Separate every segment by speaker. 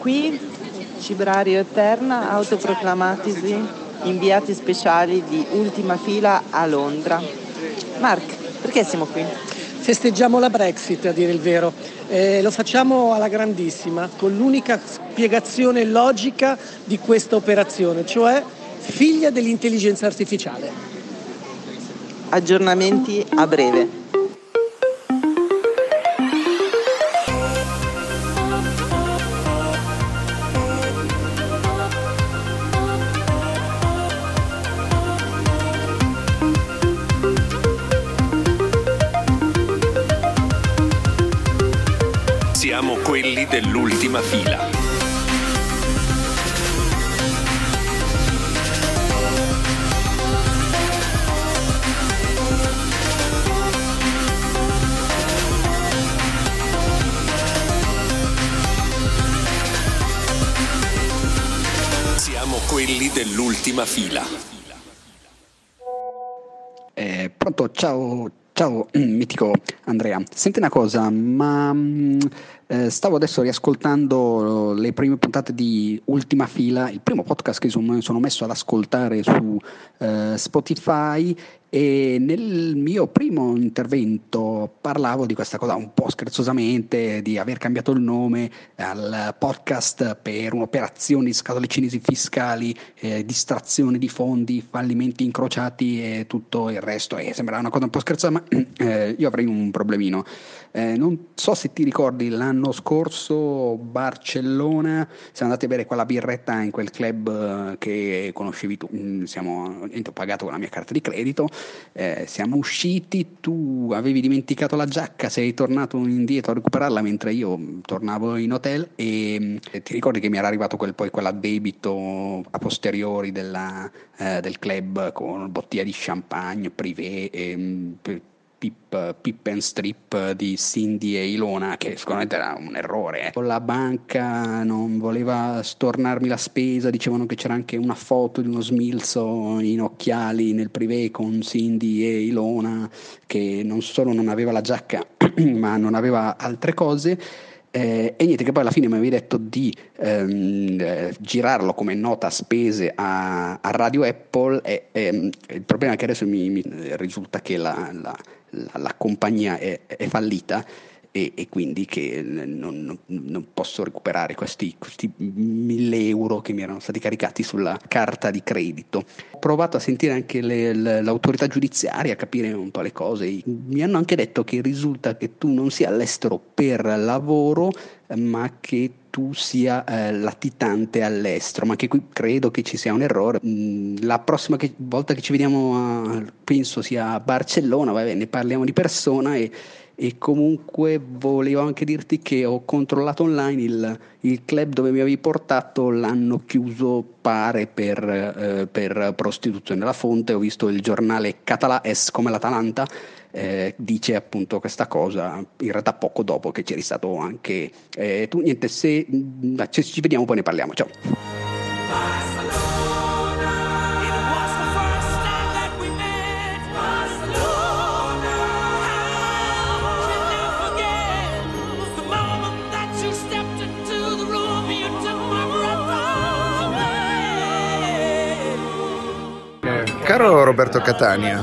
Speaker 1: Qui, Cibrario Eterna, autoproclamatisi inviati speciali di ultima fila a Londra. Mark, perché siamo qui?
Speaker 2: Festeggiamo la Brexit, a dire il vero. Eh, lo facciamo alla grandissima, con l'unica spiegazione logica di questa operazione, cioè figlia dell'intelligenza artificiale.
Speaker 1: Aggiornamenti a breve.
Speaker 3: Siamo quelli dell'ultima fila. Siamo quelli dell'ultima fila.
Speaker 4: Eh, pronto, ciao, ciao mitico Andrea. Senti una cosa, ma mm, eh, stavo adesso riascoltando eh, le prime puntate di Ultima Fila, il primo podcast che son- sono messo ad ascoltare su eh, Spotify e nel mio primo intervento parlavo di questa cosa un po' scherzosamente, di aver cambiato il nome al podcast per un'operazione di scatole cinesi fiscali, eh, distrazione di fondi, fallimenti incrociati e tutto il resto. E sembrava una cosa un po' scherzosa, ma eh, io avrei un problemino. Eh, non so se ti ricordi l'anno scorso Barcellona, siamo andati a bere quella birretta in quel club eh, che conoscevi tu, Mm, siamo, niente, ho pagato con la mia carta di credito, eh, siamo usciti, tu avevi dimenticato la giacca, sei tornato indietro a recuperarla mentre io mm, tornavo in hotel e mm, e ti ricordi che mi era arrivato quel, poi quell'addebito a posteriori della, eh, del club con bottiglia di champagne, privé e... mm, pe- Pip, Pip and Strip di Cindy e Ilona, che sicuramente era un errore. eh. La banca non voleva stornarmi la spesa, dicevano che c'era anche una foto di uno smilzo in occhiali nel privé con Cindy e Ilona, che non solo non aveva la giacca, ma non aveva altre cose. Eh, e niente, che poi alla fine mi avevi detto di ehm, eh, girarlo come nota spese a, a Radio Apple. E, ehm, il problema è che adesso mi, mi risulta che la, la- la- la compagnia è, è fallita e, e quindi che non, non- non posso recuperare questi, questi 1000 euro che mi erano stati caricati sulla carta di credito. Ho provato a sentire anche le- l- l'autorità giudiziaria, a capire un po' le cose. Mi hanno anche detto che risulta che tu non sia all'estero per lavoro, ma che tu sia eh, latitante all'estero, ma che qui credo che ci sia un errore. Mm, la prossima che- volta che ci vediamo, a- penso sia a Barcellona, vabbè, ne parliamo di persona e, e comunque volevo anche dirti che ho controllato online il, il club dove mi avevi portato, l'hanno chiuso pare per, eh, per prostituzione. La fonte, ho visto il giornale Català S come l'Atalanta, eh, dice appunto questa cosa in realtà poco dopo che c'eri stato anche eh, tu. Niente, se, mh, se ci vediamo poi ne parliamo, ciao.
Speaker 5: Caro Roberto Catania,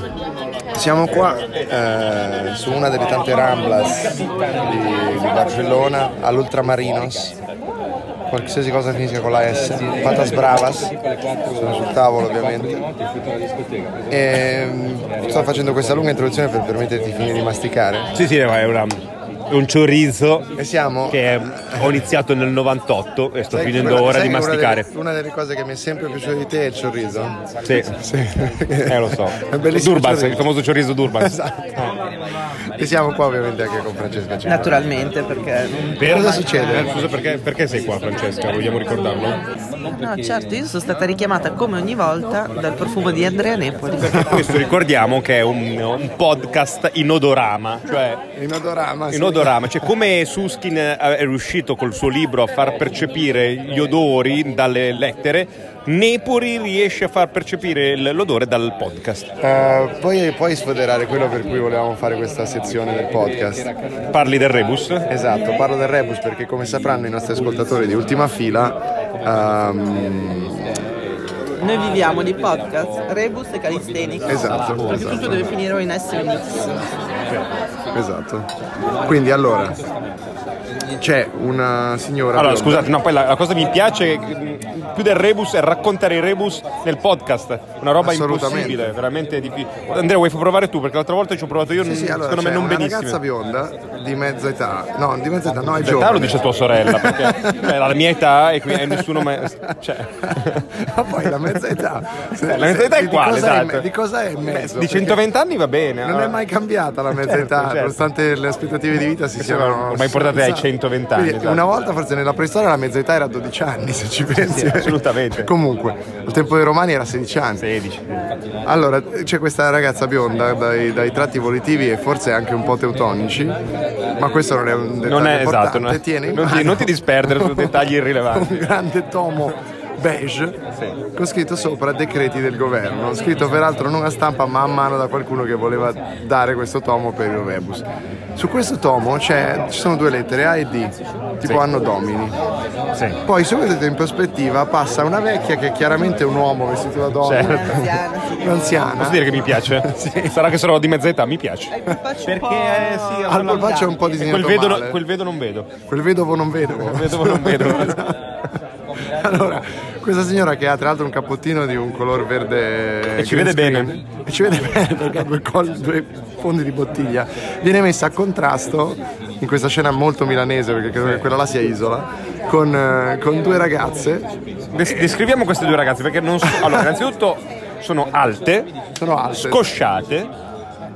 Speaker 5: siamo qua eh, su una delle tante ramblas di, di Barcellona, all'Ultramarinos. Qualsiasi cosa finisca con la S, patas bravas, sono sul tavolo ovviamente. E, mm, sto facendo questa lunga introduzione per permetterti di finire di masticare.
Speaker 6: Sì, sì, ma è una- è un chorizo
Speaker 5: E siamo
Speaker 6: che ho iniziato nel 98 e sto
Speaker 5: Sai-
Speaker 6: finendo
Speaker 5: guarda,
Speaker 6: ora
Speaker 5: sai
Speaker 6: di
Speaker 5: che una delle-
Speaker 6: masticare.
Speaker 5: Una delle, cose che mi è sempre piaciuta di te è il sorriso.
Speaker 6: Sì, eh, lo so.
Speaker 5: È bellissimo.
Speaker 6: Durban,
Speaker 5: sorriso.
Speaker 6: il famoso chorizo Durban.
Speaker 5: Esatto. E siamo qua ovviamente anche con Francesca Cimini.
Speaker 1: Naturalmente, perché...
Speaker 5: Cosa succede?
Speaker 6: Eh, scusa, perché, perché sei qua, Francesca? Vogliamo ricordarlo?
Speaker 1: No, certo, io sono stata richiamata come ogni volta dal profumo di Andrea Nepoli.
Speaker 6: Perché questo ricordiamo che è un, un podcast in odorama, cioè
Speaker 7: Eh, Ah,
Speaker 5: In odorama.
Speaker 6: in odorama, cioè come Suskin eh, è riuscito col suo libro a far percepire gli odori dalle lettere, Nepori riesce a far percepire l- l'odore dal podcast.
Speaker 7: Eh, poi, poi sfoderare quello per cui volevamo fare questa sezione del podcast.
Speaker 6: Parli del rebus?
Speaker 7: Esatto, parlo del rebus perché come sapranno i nostri ascoltatori di ultima fila, ehm,
Speaker 1: Noi viviamo di podcast, rebus e calistenico.
Speaker 7: Esatto,
Speaker 1: Perché tutto
Speaker 7: esatto.
Speaker 1: deve finire o in S o in X.
Speaker 7: esatto. Quindi allora c'è una signora.
Speaker 6: Allora,
Speaker 7: bionda.
Speaker 6: scusate, no, poi la, la cosa che mi piace mh, più del rebus è raccontare i rebus nel podcast. Una roba
Speaker 7: Assolutamente.
Speaker 6: impossibile, veramente difficile. Andrea, vuoi provare tu? Perché l'altra volta ci ho provato io,
Speaker 7: Sì, sì,
Speaker 6: non-
Speaker 7: allora,
Speaker 6: secondo me
Speaker 7: c'è
Speaker 6: non
Speaker 7: una
Speaker 6: benissimo.
Speaker 7: ragazza bionda di mezza età, no, di mezza età, no, è
Speaker 6: In realtà
Speaker 7: giovane.
Speaker 6: lo dice tua sorella, perché cioè, la mia età e qui e nessuno mai... Cioè,
Speaker 7: Ma poi la mezza età. se-
Speaker 6: Eh, la mezza età
Speaker 7: se-
Speaker 6: è uguale,
Speaker 7: Di cosa,
Speaker 6: esatto.
Speaker 7: è, di cosa è in mezzo?
Speaker 6: di
Speaker 7: Perché
Speaker 6: 120 anni va bene.
Speaker 7: Non
Speaker 6: allora.
Speaker 7: è mai cambiata la mezza
Speaker 6: Certo,
Speaker 7: età,
Speaker 6: certo.
Speaker 7: nonostante le aspettative di vita si
Speaker 8: Esatto.
Speaker 7: siano.
Speaker 6: ormai portate ai
Speaker 7: sa-
Speaker 6: 120 anni,
Speaker 7: Quindi,
Speaker 6: esatto.
Speaker 7: Una volta, forse nella preistoria, la mezza età era 12 anni, se ci pensi.
Speaker 6: sì, assolutamente.
Speaker 7: Comunque, al tempo dei romani era 16 anni.
Speaker 6: 16.
Speaker 7: Allora, c'è questa ragazza bionda dai, dai tratti volitivi e forse anche un po' teutonici, ma questo non è un dettaglio
Speaker 6: Non è
Speaker 7: importante.
Speaker 6: esatto, non, è-
Speaker 7: Tiene in
Speaker 6: non ti,
Speaker 7: mano
Speaker 6: non ti disperdere su dettagli irrilevanti.
Speaker 7: un grande tomo beige con scritto sopra decreti del governo, scritto peraltro non a stampa ma a mano da qualcuno che voleva dare questo tomo per il Rebus. Su questo tomo c'è- ci sono due lettere A e D, tipo anno domini.
Speaker 6: Sì.
Speaker 7: Poi se vedete in prospettiva passa una vecchia che è chiaramente un uomo vestito da donna,
Speaker 6: Certo.
Speaker 1: Anziana, sì.
Speaker 7: un'anziana.
Speaker 6: Posso dire che mi piace? Sarà che sarò di mezza età, mi piace.
Speaker 1: Faccio un po'-
Speaker 6: eh, sì,
Speaker 7: Al polpaccio è un po' disegnato
Speaker 6: quel vedo,
Speaker 7: male.
Speaker 6: quel vedo non vedo.
Speaker 7: Quel vedovo non vedovo.
Speaker 6: Vedovo non vedo.
Speaker 7: Allora, questa signora che ha tra l'altro un cappottino di un color verde
Speaker 6: E ci vede
Speaker 7: green
Speaker 6: bene.
Speaker 7: screen, E ci vede bene perché ha due, col- due fondi di bottiglia. Viene messa a contrasto in questa scena molto milanese, perché credo che quella là sia isola, con, eh, con due ragazze.
Speaker 6: Des- descriviamo queste due ragazze perché non so- Allora, innanzitutto sono alte,
Speaker 7: Sono alte.
Speaker 6: scosciate.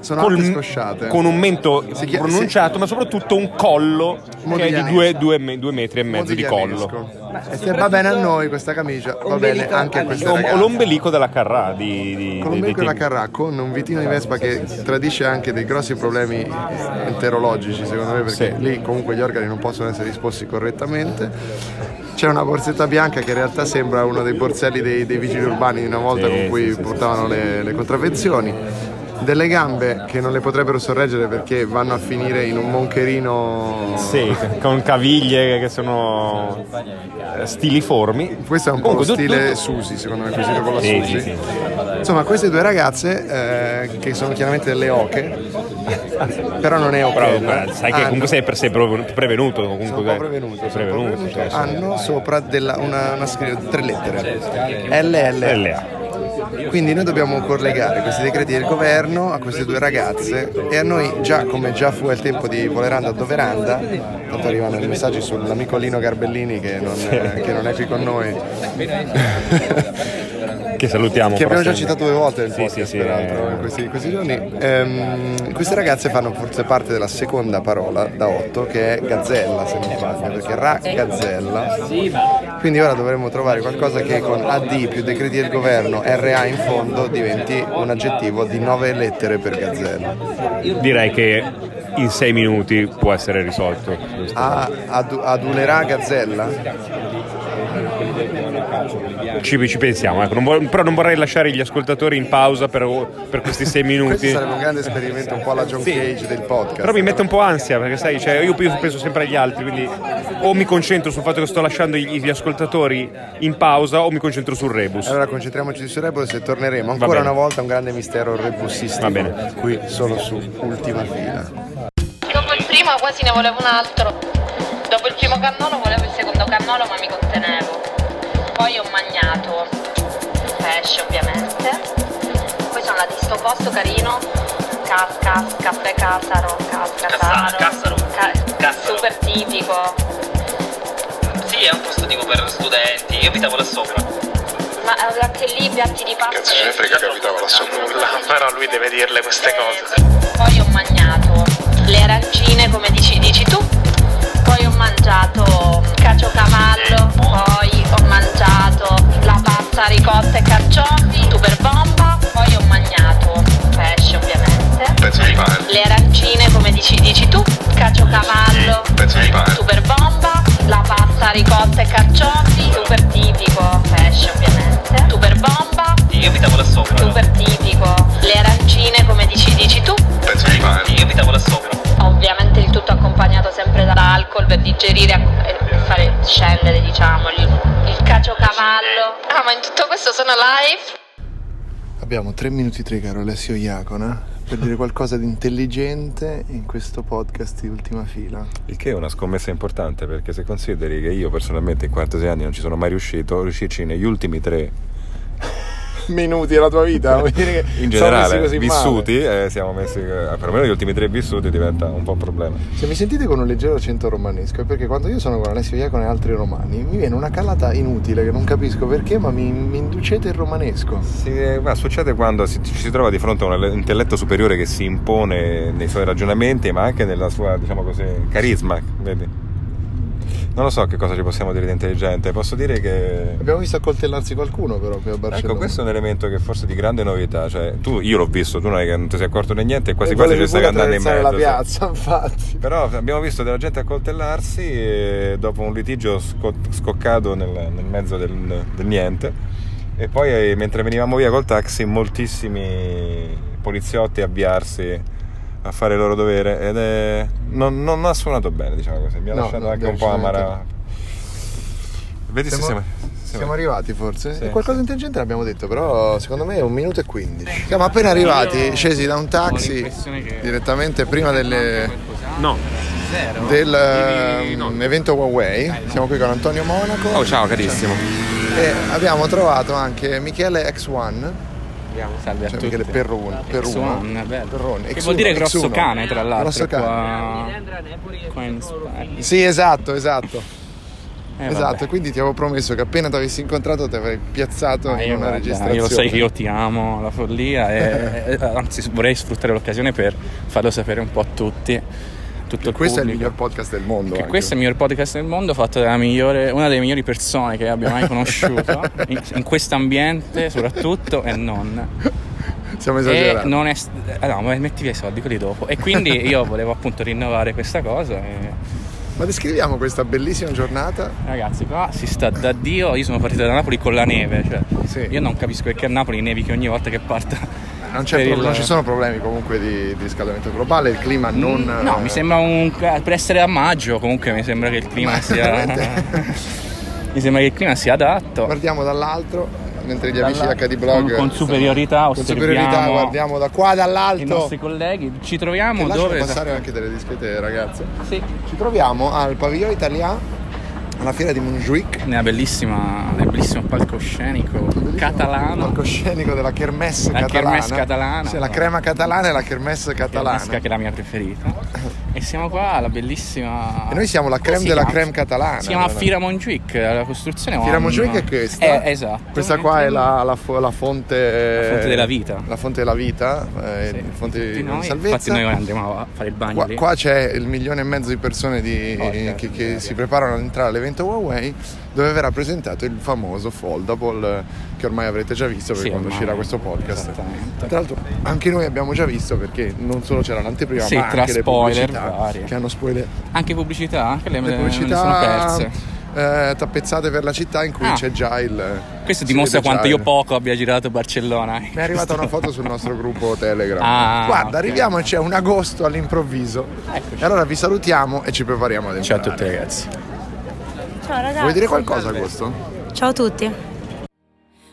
Speaker 7: sono
Speaker 6: col-
Speaker 7: alte scosciate.
Speaker 6: con un mento
Speaker 7: Si chia-
Speaker 6: pronunciato, ma soprattutto un collo che è
Speaker 7: Modiglianesco.
Speaker 6: di due, due me- due metri e mezzo di
Speaker 7: Modiglianesco.
Speaker 6: collo.
Speaker 7: E se va bene a noi questa camicia, va bene
Speaker 1: Ombelico
Speaker 7: anche a
Speaker 1: al-
Speaker 7: queste
Speaker 6: O, o
Speaker 7: ragazze.
Speaker 6: l'ombelico della Carrà di, di, dei- dei
Speaker 7: Colombico e la
Speaker 6: tempi.
Speaker 7: Carrà con un vitino di Vespa che tradisce anche dei grossi problemi enterologici secondo me
Speaker 6: Sì.
Speaker 7: perché lì comunque gli organi non possono essere disposti correttamente c'è una borsetta bianca che in realtà sembra uno dei borselli dei, dei vigili urbani di una volta
Speaker 6: Sì,
Speaker 7: con cui
Speaker 6: sì, sì,
Speaker 7: portavano le, le contravvenzioni delle gambe che non le potrebbero sorreggere perché vanno a finire in un moncherino
Speaker 6: Sì, con caviglie che sono eh, stiliformi.
Speaker 7: Questo è un po' lo
Speaker 6: Comunque, tu-
Speaker 7: stile
Speaker 6: tu-
Speaker 7: Susi, secondo me, cucina con la
Speaker 6: Sì,
Speaker 7: Susi.
Speaker 6: sì, sì.
Speaker 7: Insomma, queste due ragazze, eh, che sono chiaramente delle oche, però non è oche.
Speaker 6: Però guarda, sai che
Speaker 7: hanno-
Speaker 6: comunque sei per sei prevenuto. prevenuto,
Speaker 7: sono
Speaker 6: comunque,
Speaker 7: un po' prevenuto, sono un po'
Speaker 6: prevenuto,
Speaker 7: prevenuto.
Speaker 6: cioè, sì.
Speaker 7: hanno sopra della- una, una scritta, tre lettere, LL.
Speaker 6: LA.
Speaker 7: Quindi noi dobbiamo collegare questi decreti del governo a queste due ragazze e a noi già come già fu al tempo di Voleranda a Doveranda, tanto arrivano i messaggi sull'amico Lino Garbellini che non, che non è qui con noi,
Speaker 6: Che salutiamo.
Speaker 7: che
Speaker 6: però
Speaker 7: abbiamo
Speaker 6: sempre.
Speaker 7: già citato due volte nel
Speaker 6: Sì,
Speaker 7: podcast
Speaker 6: sì, sì,
Speaker 7: peraltro
Speaker 6: eh.
Speaker 7: in questi, in questi giorni Ehm, queste ragazze fanno forse parte della seconda parola da otto che è gazzella se non sbaglio perché ra gazzella quindi ora dovremmo trovare qualcosa che con AD più decreti del governo RA in fondo diventi un aggettivo di nove lettere per gazzella
Speaker 6: Direi che in sei minuti può essere risolto. questo.
Speaker 7: A, adu- adulerà gazzella
Speaker 6: Ci, ci pensiamo, ecco. Non vor- però non vorrei lasciare gli ascoltatori in pausa per, per questi sei
Speaker 7: questo
Speaker 6: minuti.
Speaker 7: sarebbe un grande esperimento un po' alla John
Speaker 6: Sì.
Speaker 7: Cage del podcast
Speaker 6: Però mi mette un po' ansia perché sai, cioè, io io penso sempre agli altri, quindi o mi concentro sul fatto che sto lasciando gli, gli ascoltatori in pausa o mi concentro sul rebus.
Speaker 7: Allora concentriamoci su Rebus e torneremo
Speaker 6: Va
Speaker 7: ancora
Speaker 6: bene.
Speaker 7: una volta a un grande mistero rebusistico
Speaker 6: Va bene.
Speaker 7: qui solo su Ultima Fila.
Speaker 9: Dopo il primo quasi ne volevo un altro. Dopo il primo cannolo volevo il secondo cannolo ma mi contenevo. Poi ho magnato pesce ovviamente. Poi sono andata in sto posto carino. Cas, cas, caffè Casaro, cas, casaro.
Speaker 10: Casaro. Casaro.
Speaker 9: super tipico.
Speaker 10: Sì, è un posto tipo per studenti, io abitavo là sopra.
Speaker 9: Ma eh, anche lì piatti di pasta.
Speaker 3: Cazzo ce ne frega che abitava là sopra.
Speaker 10: Ah, Però lui deve dirle queste
Speaker 9: Eh, Poi ho mangiato le arancine come dici, dici tu. Poi ho mangiato caciocavallo, poi ho mangiato la pasta ricotta e carciofi, super bomba, poi ho mangiato pesce ovviamente,
Speaker 3: Pezzo di pane.
Speaker 9: le arancine come dici, dici tu, cacio Maggio Cavallo, Super Bomba, la pasta ricotta e carciofi, super tipico, pesce ovviamente, Super Bomba,
Speaker 11: Io abitavo là sopra.
Speaker 9: super tipico, le arancine come dici dici tu,
Speaker 11: Io abitavo là sopra.
Speaker 9: ovviamente il tutto accompagnato sempre dall'alcol per digerire e fare scendere diciamo il, il caciocavallo. Ah ma in tutto questo sono live?
Speaker 7: Abbiamo 3 minuti 3, caro Alessio Iacona, per dire qualcosa di intelligente in questo podcast di ultima fila.
Speaker 12: Il che è una scommessa importante perché se consideri che io personalmente in 46 anni non ci sono mai riuscito, riuscirci negli ultimi tre
Speaker 7: Minuti della tua vita, vuol dire che siamo
Speaker 12: in
Speaker 7: messi
Speaker 12: generale
Speaker 7: così male.
Speaker 12: vissuti, eh, siamo messi, eh, perlomeno gli ultimi tre vissuti diventa un po' un problema.
Speaker 7: Se mi sentite con un leggero accento romanesco è perché quando io sono con Alessio Iacona e altri romani mi viene una calata inutile che non capisco perché, ma mi, mi inducete il romanesco.
Speaker 12: Sì, eh, ma succede quando si- ci si trova di fronte a un intelletto superiore che si impone nei suoi ragionamenti, ma anche nella sua, diciamo così, carisma, vedi? Non lo so che cosa ci possiamo dire di intelligente, posso dire che...
Speaker 7: Abbiamo visto accoltellarsi qualcuno però qui a Barcellona.
Speaker 12: Ecco, questo è un elemento che forse è di grande novità, cioè tu, io l'ho visto, tu non, è che non ti sei accorto di niente e quasi
Speaker 7: E
Speaker 12: quasi
Speaker 7: volevi
Speaker 12: ci stai
Speaker 7: pure
Speaker 12: andando in
Speaker 7: attraversare
Speaker 12: mezzo.
Speaker 7: la
Speaker 12: sì.
Speaker 7: piazza, infatti.
Speaker 12: Però abbiamo visto della gente accoltellarsi eh, dopo un litigio sco- scoccato nel, nel mezzo del, del niente e poi eh, mentre venivamo via col taxi moltissimi poliziotti avviarsi a fare il loro dovere ed è... non, non ha suonato bene diciamo così, mi ha
Speaker 7: No,
Speaker 12: lasciato
Speaker 7: no,
Speaker 12: anche un po' amara.
Speaker 7: decisamente
Speaker 12: Vedi se
Speaker 7: Siamo,
Speaker 12: siamo-
Speaker 7: siamo arrivati forse?
Speaker 12: Sì.
Speaker 7: E qualcosa di intelligente l'abbiamo detto, però secondo me è un minuto e
Speaker 8: Eh,
Speaker 7: 15. Siamo appena arrivati, scesi da un taxi direttamente prima delle-
Speaker 8: No.
Speaker 7: del ehm, evento Huawei. Siamo qui con Antonio Monaco
Speaker 8: Oh, ciao carissimo.
Speaker 7: e abbiamo trovato anche Michele X1,
Speaker 8: Salve a
Speaker 7: cioè
Speaker 8: tutti.
Speaker 7: Michele Perrun,
Speaker 8: X1,
Speaker 7: Perruno.
Speaker 8: bello.
Speaker 7: Perrone,
Speaker 8: Che
Speaker 7: X1,
Speaker 8: vuol dire grosso
Speaker 7: X1.
Speaker 8: cane, tra l'altro.
Speaker 7: Grosso
Speaker 8: Qua, qua in Spagna.
Speaker 7: Sì, esatto, esatto.
Speaker 8: Eh,
Speaker 7: esatto,
Speaker 8: vabbè.
Speaker 7: quindi ti avevo promesso che appena ti avessi incontrato ti avrei piazzato
Speaker 8: Ma
Speaker 7: in
Speaker 8: Ah, io,
Speaker 7: una
Speaker 8: guarda,
Speaker 7: registrazione.
Speaker 8: io lo sai che io ti amo la follia e, e- anzi vorrei sfruttare l'occasione per farlo sapere un po' a tutti. Tutto il
Speaker 7: Questo è il
Speaker 8: pubblico.
Speaker 7: miglior podcast del mondo. eh.
Speaker 8: Che
Speaker 7: anche.
Speaker 8: questo è il miglior podcast del mondo, fatto da migliore- una delle migliori persone che abbia mai conosciuto, in, in questo ambiente soprattutto e non.
Speaker 7: Siamo
Speaker 8: E
Speaker 7: esagerati.
Speaker 8: non è. st- ah, no, ma metti via i soldi, quelli dopo. E quindi io volevo appunto rinnovare questa cosa. e-
Speaker 7: Ma descriviamo questa bellissima giornata.
Speaker 8: Ragazzi, qua si sta da Dio. Io sono partito da Napoli con la neve. Cioè,
Speaker 7: Sì.
Speaker 8: Io non capisco perché a Napoli nevichi ogni volta che parta.
Speaker 7: Non, c'è
Speaker 8: per
Speaker 7: pro-
Speaker 8: il-
Speaker 7: Eh, non ci sono problemi comunque di, di riscaldamento globale, il clima non...
Speaker 8: Mm,
Speaker 7: eh,
Speaker 8: No, mi sembra un. eh, Per essere a maggio, comunque mi sembra che il clima
Speaker 7: Ma
Speaker 8: sia.
Speaker 7: veramente?
Speaker 8: mi sembra che il clima sia adatto.
Speaker 7: Guardiamo dall'alto, mentre gli amici
Speaker 8: Dalla-
Speaker 7: di HD Blog...
Speaker 8: con- con
Speaker 7: stanno-
Speaker 8: superiorità
Speaker 7: Con superiorità
Speaker 8: osserviamo
Speaker 7: guardiamo da qua,
Speaker 8: I
Speaker 7: dall'alto.
Speaker 8: nostri colleghi ci
Speaker 7: Che
Speaker 8: troviamo
Speaker 7: lasciano
Speaker 8: dove.
Speaker 7: passare anche delle discrete ragazze.
Speaker 8: Sì.
Speaker 7: Ci troviamo al padiglione italiano, alla fiera di Montjuic.
Speaker 8: Nella bellissima, nel bellissimo palcoscenico catalano.
Speaker 7: palcoscenico della kermesse
Speaker 8: La
Speaker 7: catalana.
Speaker 8: kermesse catalana.
Speaker 7: Sì, la crema catalana e la kermesse
Speaker 8: che è la
Speaker 7: catalana.
Speaker 8: pesca che è la mia preferita. E siamo qua alla bellissima.
Speaker 7: E noi siamo la
Speaker 8: Come
Speaker 7: creme
Speaker 8: si
Speaker 7: della
Speaker 8: chiama?
Speaker 7: creme catalana.
Speaker 8: Si chiama
Speaker 7: No, no.
Speaker 8: Fira Montjuic, la costruzione.
Speaker 7: Fira
Speaker 8: ha un-
Speaker 7: Montjuic è questa. Eh,
Speaker 8: Eh, esatto.
Speaker 7: Questa qua è la, la fo- la fonte.
Speaker 8: La fonte della vita.
Speaker 7: La fonte della vita, eh,
Speaker 8: Sì,
Speaker 7: la fonte
Speaker 8: tutti
Speaker 7: di
Speaker 8: noi. Infatti,
Speaker 7: salvezza.
Speaker 8: noi andremo a fare il bagno
Speaker 7: Qua,
Speaker 8: lì.
Speaker 7: qua c'è il milione e mezzo di persone di-
Speaker 8: Porca
Speaker 7: che, che
Speaker 8: miseria.
Speaker 7: si preparano ad entrare all'evento Huawei dove verrà presentato il famoso foldable eh, che ormai avrete già visto perché
Speaker 8: Sì,
Speaker 7: quando
Speaker 8: ormai.
Speaker 7: uscirà questo podcast.
Speaker 8: Esattamente.
Speaker 7: Tra l'altro anche noi abbiamo già visto perché non solo c'era l'anteprima
Speaker 8: Sì,
Speaker 7: ma
Speaker 8: tra
Speaker 7: anche le
Speaker 8: spoiler
Speaker 7: pubblicità
Speaker 8: varie.
Speaker 7: che hanno spoiler
Speaker 8: Anche pubblicità, anche le,
Speaker 7: le
Speaker 8: me le sono
Speaker 7: pubblicità
Speaker 8: perse.
Speaker 7: eh, tappezzate per la città in cui
Speaker 8: Ah.
Speaker 7: c'è già il
Speaker 8: Questo
Speaker 7: si
Speaker 8: dimostra
Speaker 7: vede già
Speaker 8: quanto
Speaker 7: il-
Speaker 8: io poco abbia girato Barcellona.
Speaker 7: mi è arrivata una foto sul nostro gruppo Telegram.
Speaker 8: Ah,
Speaker 7: Guarda,
Speaker 8: ok.
Speaker 7: arriviamo e c'è un agosto all'improvviso. E allora vi salutiamo e ci prepariamo ad
Speaker 8: Ciao a
Speaker 7: entrare.
Speaker 8: tutti, ragazzi.
Speaker 9: Ciao ragazzi.
Speaker 7: Vuoi dire qualcosa agosto?
Speaker 9: Ciao a tutti.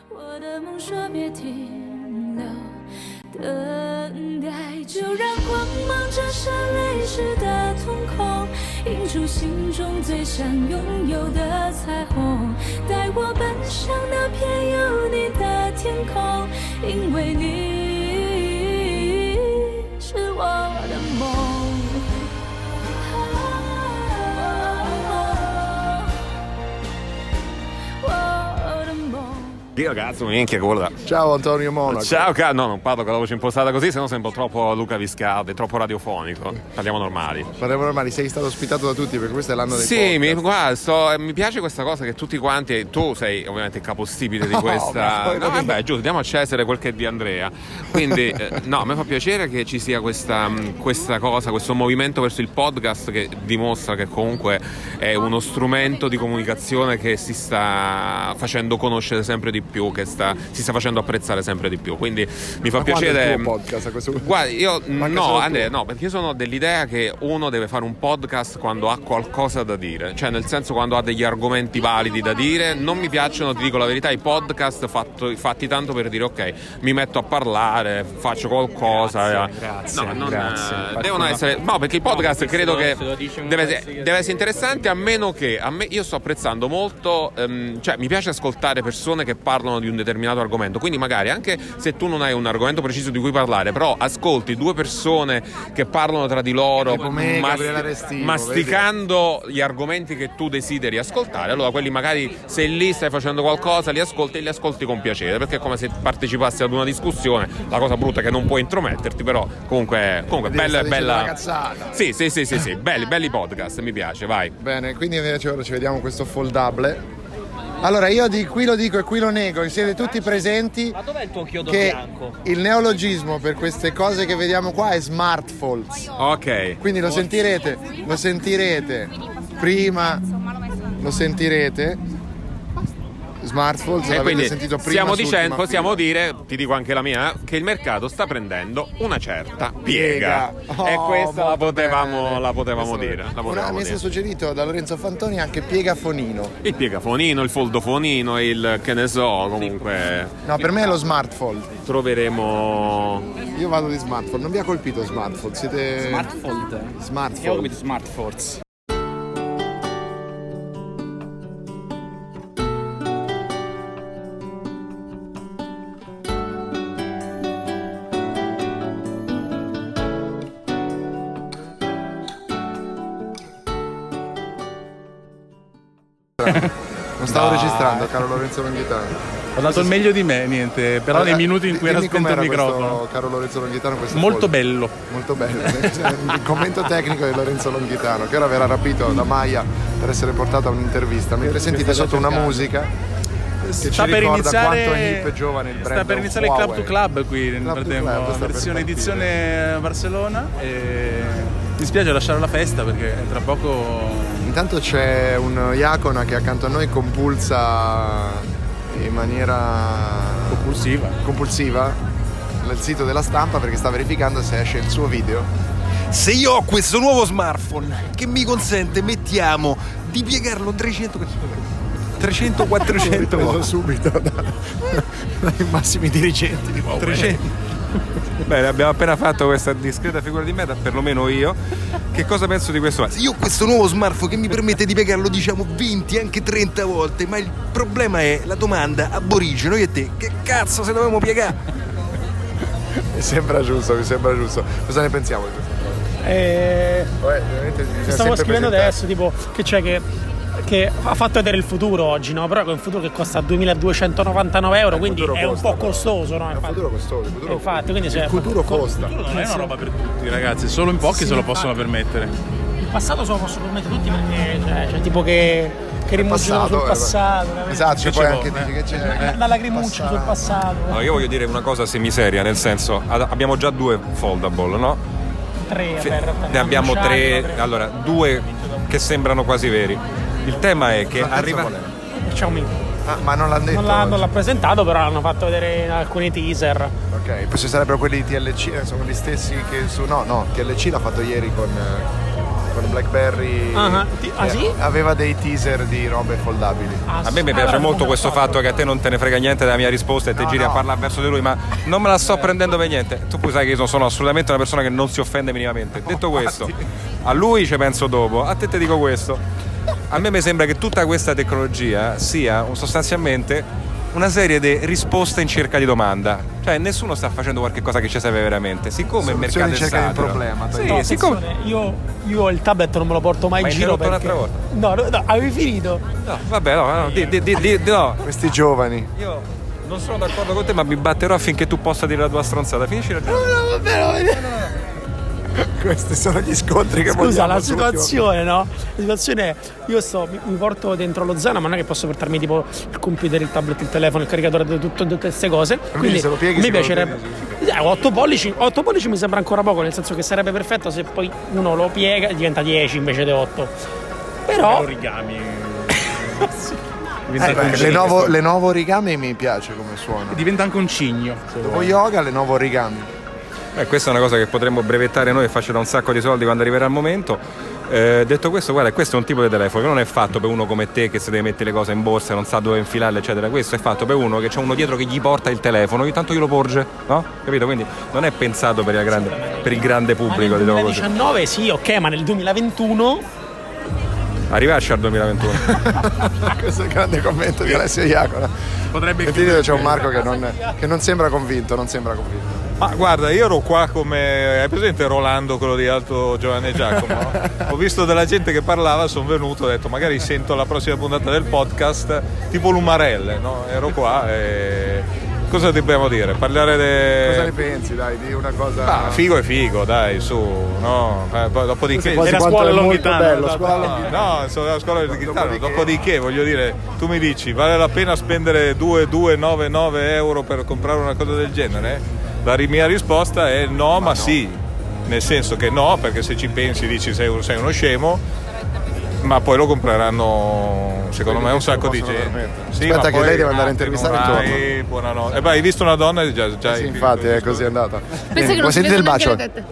Speaker 13: 我的梦说别停留，等待就让光芒折射泪湿的瞳孔，映出心中最想拥有的彩虹。带我奔向那片有你的天空，因为你是我的梦。啊我的梦。
Speaker 11: Dio ragazzo, minchia, guarda.
Speaker 7: Ciao Antonio Monaco.
Speaker 11: Ciao caro, no, non parlo con la voce impostata così, sennò sembro troppo Luca Viscardi, troppo radiofonico. Parliamo normali.
Speaker 7: Parliamo normali, sei stato ospitato da tutti perché questo è l'anno del
Speaker 11: Sì, mi, guarda, sto- eh, mi piace questa cosa che tutti quanti, tu sei ovviamente il capostipite di
Speaker 7: No,
Speaker 11: questa.
Speaker 7: ma poi
Speaker 11: No,
Speaker 7: non-
Speaker 11: vabbè, giusto, diamo a Cesare quel che è di Andrea. Quindi, eh, no, mi fa piacere che ci sia questa, mh, questa cosa, questo movimento verso il podcast che dimostra che comunque è uno strumento di comunicazione che si sta facendo conoscere sempre di più, che sta- si sta facendo apprezzare sempre di più. Quindi mi fa
Speaker 7: Ma quando è il
Speaker 11: piacere.
Speaker 7: tuo podcast a questo punto?
Speaker 11: Guarda, io
Speaker 7: Manca
Speaker 11: no,
Speaker 7: solo tu.
Speaker 11: Andrea, no, perché io sono dell'idea che uno deve fare un podcast quando ha qualcosa da dire, cioè nel senso quando ha degli argomenti validi da dire. Non mi piacciono, ti dico la verità, i podcast fatto- fatti tanto per dire ok, mi metto a parlare, faccio qualcosa. eh.
Speaker 14: grazie,
Speaker 11: no, non,
Speaker 14: grazie.
Speaker 11: eh, devono essere No, perché il podcast
Speaker 14: No, perché
Speaker 11: credo
Speaker 14: se lo-
Speaker 11: che
Speaker 14: se lo dice un
Speaker 11: deve,
Speaker 14: pezzo
Speaker 11: essere- deve essere interessante a meno che a me io sto apprezzando molto, ehm, cioè mi piace ascoltare persone che parlano di un determinato argomento, quindi magari anche se tu non hai un argomento preciso di cui parlare, però ascolti due persone che parlano tra di loro,
Speaker 7: Tipo me, Gabriele Restivo,
Speaker 11: masticando gli argomenti che tu desideri ascoltare, allora quelli magari se lì stai facendo qualcosa li ascolti e li ascolti con piacere, perché è come se partecipassi ad una discussione, la cosa brutta è che non puoi intrometterti, però comunque, comunque
Speaker 7: Devi
Speaker 11: bella,
Speaker 7: stare dicendo
Speaker 11: bella...
Speaker 7: una cazzata.
Speaker 11: Sì, sì, sì, sì, sì, belli, belli podcast, mi piace, vai.
Speaker 7: Bene, quindi invece ora ci vediamo questo foldable. Allora io di qui lo dico e qui lo nego, siete tutti presenti
Speaker 15: Ma dov'è il tuo chiodo
Speaker 7: che
Speaker 15: bianco?
Speaker 7: il neologismo per queste cose che vediamo qua è smartphones.
Speaker 11: Ok.
Speaker 7: Quindi lo sentirete, lo sentirete prima, lo sentirete. Smartphones
Speaker 11: E
Speaker 7: l'avete
Speaker 11: quindi
Speaker 7: sentito prima.
Speaker 11: stiamo
Speaker 7: su
Speaker 11: dicendo,
Speaker 7: Ultima
Speaker 11: possiamo dire, ti dico anche la mia, che il mercato sta prendendo una certa
Speaker 7: Piega.
Speaker 11: piega. e
Speaker 7: Oh,
Speaker 11: questa la
Speaker 7: molto
Speaker 11: potevamo, la potevamo
Speaker 7: Questa-
Speaker 11: dire. La
Speaker 7: Fila. Una-
Speaker 11: potevamo
Speaker 7: mi è Ah,
Speaker 11: dire.
Speaker 7: stato suggerito da Lorenzo Fantoni anche piegafonino.
Speaker 11: Il piegafonino, il foldofonino, il che ne so, comunque
Speaker 7: No, per me è lo smartphone.
Speaker 11: troveremo...
Speaker 7: Io vado di smartphone, non vi ha colpito smartphone, siete... Smartphone?
Speaker 16: Io ho
Speaker 7: Smartphone.
Speaker 16: capito Smart Force.
Speaker 7: Non stavo
Speaker 17: Dai.
Speaker 7: registrando, caro Lorenzo Longhitano.
Speaker 17: Ho dato il meglio di me, niente, però
Speaker 7: Allora,
Speaker 17: nei minuti in cui era
Speaker 7: dimmi
Speaker 17: spento il
Speaker 7: com'era questo,
Speaker 17: microfono.
Speaker 7: Caro Lorenzo Longhitano, questo
Speaker 17: Molto
Speaker 7: fold.
Speaker 17: bello.
Speaker 7: Molto bello. Il commento tecnico di Lorenzo Longhitano, che ora verrà rapito da Maia per essere portato a un'intervista. Mentre sentite sotto una musica che
Speaker 17: Sta
Speaker 7: ci
Speaker 17: per
Speaker 7: ricorda quanto è
Speaker 17: iniziare,
Speaker 7: hip e giovane il brand
Speaker 17: sta per iniziare il
Speaker 7: Huawei.
Speaker 17: Club to Club qui nel
Speaker 7: Club to Club
Speaker 17: frattempo,
Speaker 7: sta per
Speaker 17: versione
Speaker 7: partire.
Speaker 17: edizione Barcellona. E mi spiace lasciare la festa perché tra poco
Speaker 7: Intanto c'è un Iacona che accanto a noi compulsa in maniera compulsiva, il sito della stampa perché sta verificando se esce il suo video.
Speaker 12: Se io ho questo nuovo smartphone che mi consente, mettiamo, di piegarlo 300 300 400 volte
Speaker 7: subito dai massimi dirigenti di Huawei.
Speaker 12: 300
Speaker 11: Bene,
Speaker 12: abbiamo
Speaker 11: appena
Speaker 12: fatto
Speaker 11: questa
Speaker 12: discreta
Speaker 11: figura di merda,
Speaker 12: perlomeno io. Che cosa penso di questo? Io ho questo nuovo smartphone che mi permette di piegarlo diciamo 20, anche 30 volte, ma il problema è la domanda aborigeno, io e te, che cazzo se dovevamo piegare?
Speaker 7: Mi sembra giusto, mi sembra giusto. Cosa ne pensiamo di questo?
Speaker 10: Eh,
Speaker 7: bisogna
Speaker 10: stavo
Speaker 7: sempre
Speaker 10: scrivendo
Speaker 7: presentare.
Speaker 10: adesso, tipo, che c'è che, che ha fatto vedere il futuro oggi, no? Però che è un futuro che costa 2299 euro, quindi
Speaker 7: futuro
Speaker 10: è un
Speaker 7: costa,
Speaker 10: po' costoso, no? È un futuro
Speaker 7: costoso, il
Speaker 10: futuro, infatti, quindi se-
Speaker 7: futuro
Speaker 10: co-
Speaker 7: costa. Eh,
Speaker 10: Il futuro
Speaker 17: non è una
Speaker 10: sì.
Speaker 17: roba per tutti, ragazzi, solo in pochi
Speaker 10: Sì,
Speaker 17: se lo
Speaker 10: infatti.
Speaker 17: possono permettere.
Speaker 10: Il passato se lo possono permettere tutti perché, cioè, cioè, tipo che, che rimuginano
Speaker 17: passato,
Speaker 10: sul
Speaker 17: eh,
Speaker 10: passato. veramente.
Speaker 7: Esatto,
Speaker 17: Che
Speaker 7: poi
Speaker 17: ci
Speaker 7: anche
Speaker 17: può,
Speaker 7: dici che c'è.
Speaker 10: La- La lagrimuccia sul passato.
Speaker 11: No,
Speaker 12: io voglio dire una cosa semiseria, nel senso, ad- abbiamo già due foldable, no?
Speaker 10: Tre,
Speaker 12: Fi-
Speaker 10: vabbè, in realtà.
Speaker 12: Ne abbiamo
Speaker 10: Bruciati,
Speaker 12: tre, allora, due che sembrano quasi veri. Il tema è che
Speaker 10: terza
Speaker 12: arriva.
Speaker 10: qual C'è un mito.
Speaker 7: Ah, ma non l'hanno
Speaker 10: Non, l'ha- non l'ha presentato, però l'hanno fatto vedere in alcuni teaser.
Speaker 7: Ok, poi ci sarebbero quelli di TLC, eh, sono gli stessi che su. No, no, TLC l'ha fatto ieri con, eh, con Blackberry.
Speaker 10: Ah, ah, ti- ah,
Speaker 7: Eh,
Speaker 10: sì? Ah,
Speaker 7: Aveva dei teaser di robe foldabili.
Speaker 12: A me mi piace molto questo fatto che a te non te ne frega niente della mia risposta e te giri a parlare verso di lui, ma non me la sto prendendo per niente. Tu puoi sai che io sono- sono assolutamente una persona che non si offende minimamente.
Speaker 7: Oh,
Speaker 12: Detto questo, a lui ci penso dopo, a te ti dico questo. A me mi sembra che tutta questa tecnologia sia un- sostanzialmente una serie di risposte in cerca di domanda. Cioè nessuno sta facendo qualche cosa che ci serve veramente. Siccome il
Speaker 7: Soluzione
Speaker 12: mercato
Speaker 7: in
Speaker 12: è
Speaker 7: cerca di un
Speaker 12: saturo.
Speaker 7: problema,
Speaker 12: Sì,
Speaker 10: No,
Speaker 12: siccome
Speaker 10: attenzione, io, io il tablet non me lo porto mai
Speaker 12: Ma
Speaker 10: in
Speaker 12: hai
Speaker 10: giro
Speaker 12: interrotto
Speaker 10: perché...
Speaker 12: un'altra
Speaker 10: No, no, no, avevi finito.
Speaker 12: No, vabbè, no, no, di, di- di- di- no.
Speaker 7: Questi giovani.
Speaker 12: Io Non sono d'accordo con te, ma mi batterò affinché tu possa dire la tua stronzata. Finisci la giornata.
Speaker 7: No, vabbè,
Speaker 12: Questi sono gli scontri
Speaker 7: che
Speaker 10: Scusa,
Speaker 7: vogliamo
Speaker 10: la
Speaker 7: subito.
Speaker 10: situazione, no? La situazione è, io sto, mi, mi porto dentro lo zaino, ma non è che posso portarmi tipo il computer, il tablet, il telefono, il caricatore, tutto- tutte queste cose. Quindi
Speaker 7: se lo pieghi,
Speaker 10: mi
Speaker 7: si
Speaker 10: piacerebbe... Eh, 8 pollici, 8 pollici mi sembra ancora poco, nel senso che sarebbe perfetto se poi uno lo piega e diventa 10 invece di 8. Però...
Speaker 18: Origami.
Speaker 7: Eh, beh, Lenovo, Lenovo Origami mi piace come suona.
Speaker 18: Diventa anche un cigno.
Speaker 7: Dopo yoga, Lenovo Origami.
Speaker 12: Beh, questa è una cosa che potremmo brevettare noi e farci da un sacco di soldi quando arriverà il momento. Eh, detto questo, guarda, questo è un tipo di telefono che non è fatto per uno come te che si deve mettere le cose in borsa e non sa dove infilarle, eccetera. Questo è fatto per uno che c'è uno dietro che gli porta il telefono, ogni tanto glielo porge, no? Capito? Quindi non è pensato per, la grande- per il grande pubblico,
Speaker 10: Nel
Speaker 12: diciamo così.
Speaker 10: 2019 sì, ok, ma nel 2021
Speaker 12: Arrivarci al 2021.
Speaker 7: Questo è il grande commento di Alessio Iacona.
Speaker 18: Potrebbe
Speaker 7: Nel video c'è un Marco che non, che non sembra convinto, non sembra convinto.
Speaker 19: Ma guarda, io ero qua come. Hai presente Rolando, quello di Alto Giovanni e Giacomo? ho visto della gente che parlava, sono venuto, ho detto magari sento la prossima puntata del podcast, tipo Lumarelle, no? Ero qua e. Cosa dobbiamo dire? Parlare de...
Speaker 7: Cosa ne pensi, dai, di una cosa.
Speaker 19: Ah, figo è figo, dai, su, no? Eh, poi dopodiché.
Speaker 7: Quasi quanto è molto bello,
Speaker 19: no,
Speaker 7: scuola
Speaker 19: no, No, sono la scuola longhitana. Dopodiché, voglio dire, tu mi dici, vale la pena spendere 2,299 euro per comprare una cosa del genere? La ri- mia risposta è no, ma, sì. Nel senso che no, perché se ci pensi dici sei, un- sei uno scemo, ma poi lo compreranno, secondo me, un sacco di gente. Sì, ma
Speaker 7: Aspetta che
Speaker 19: poi-
Speaker 7: lei deve andare a intervistare il tuo
Speaker 19: Vai, buonanotte. Eh beh, hai visto una donna e già, già hai finito
Speaker 7: Infatti,
Speaker 19: il
Speaker 7: è
Speaker 19: discorso.
Speaker 7: così andata.
Speaker 19: Pensa che non
Speaker 7: Vuoi
Speaker 19: si
Speaker 7: sentire il
Speaker 19: vedono
Speaker 7: bacio?
Speaker 19: neanche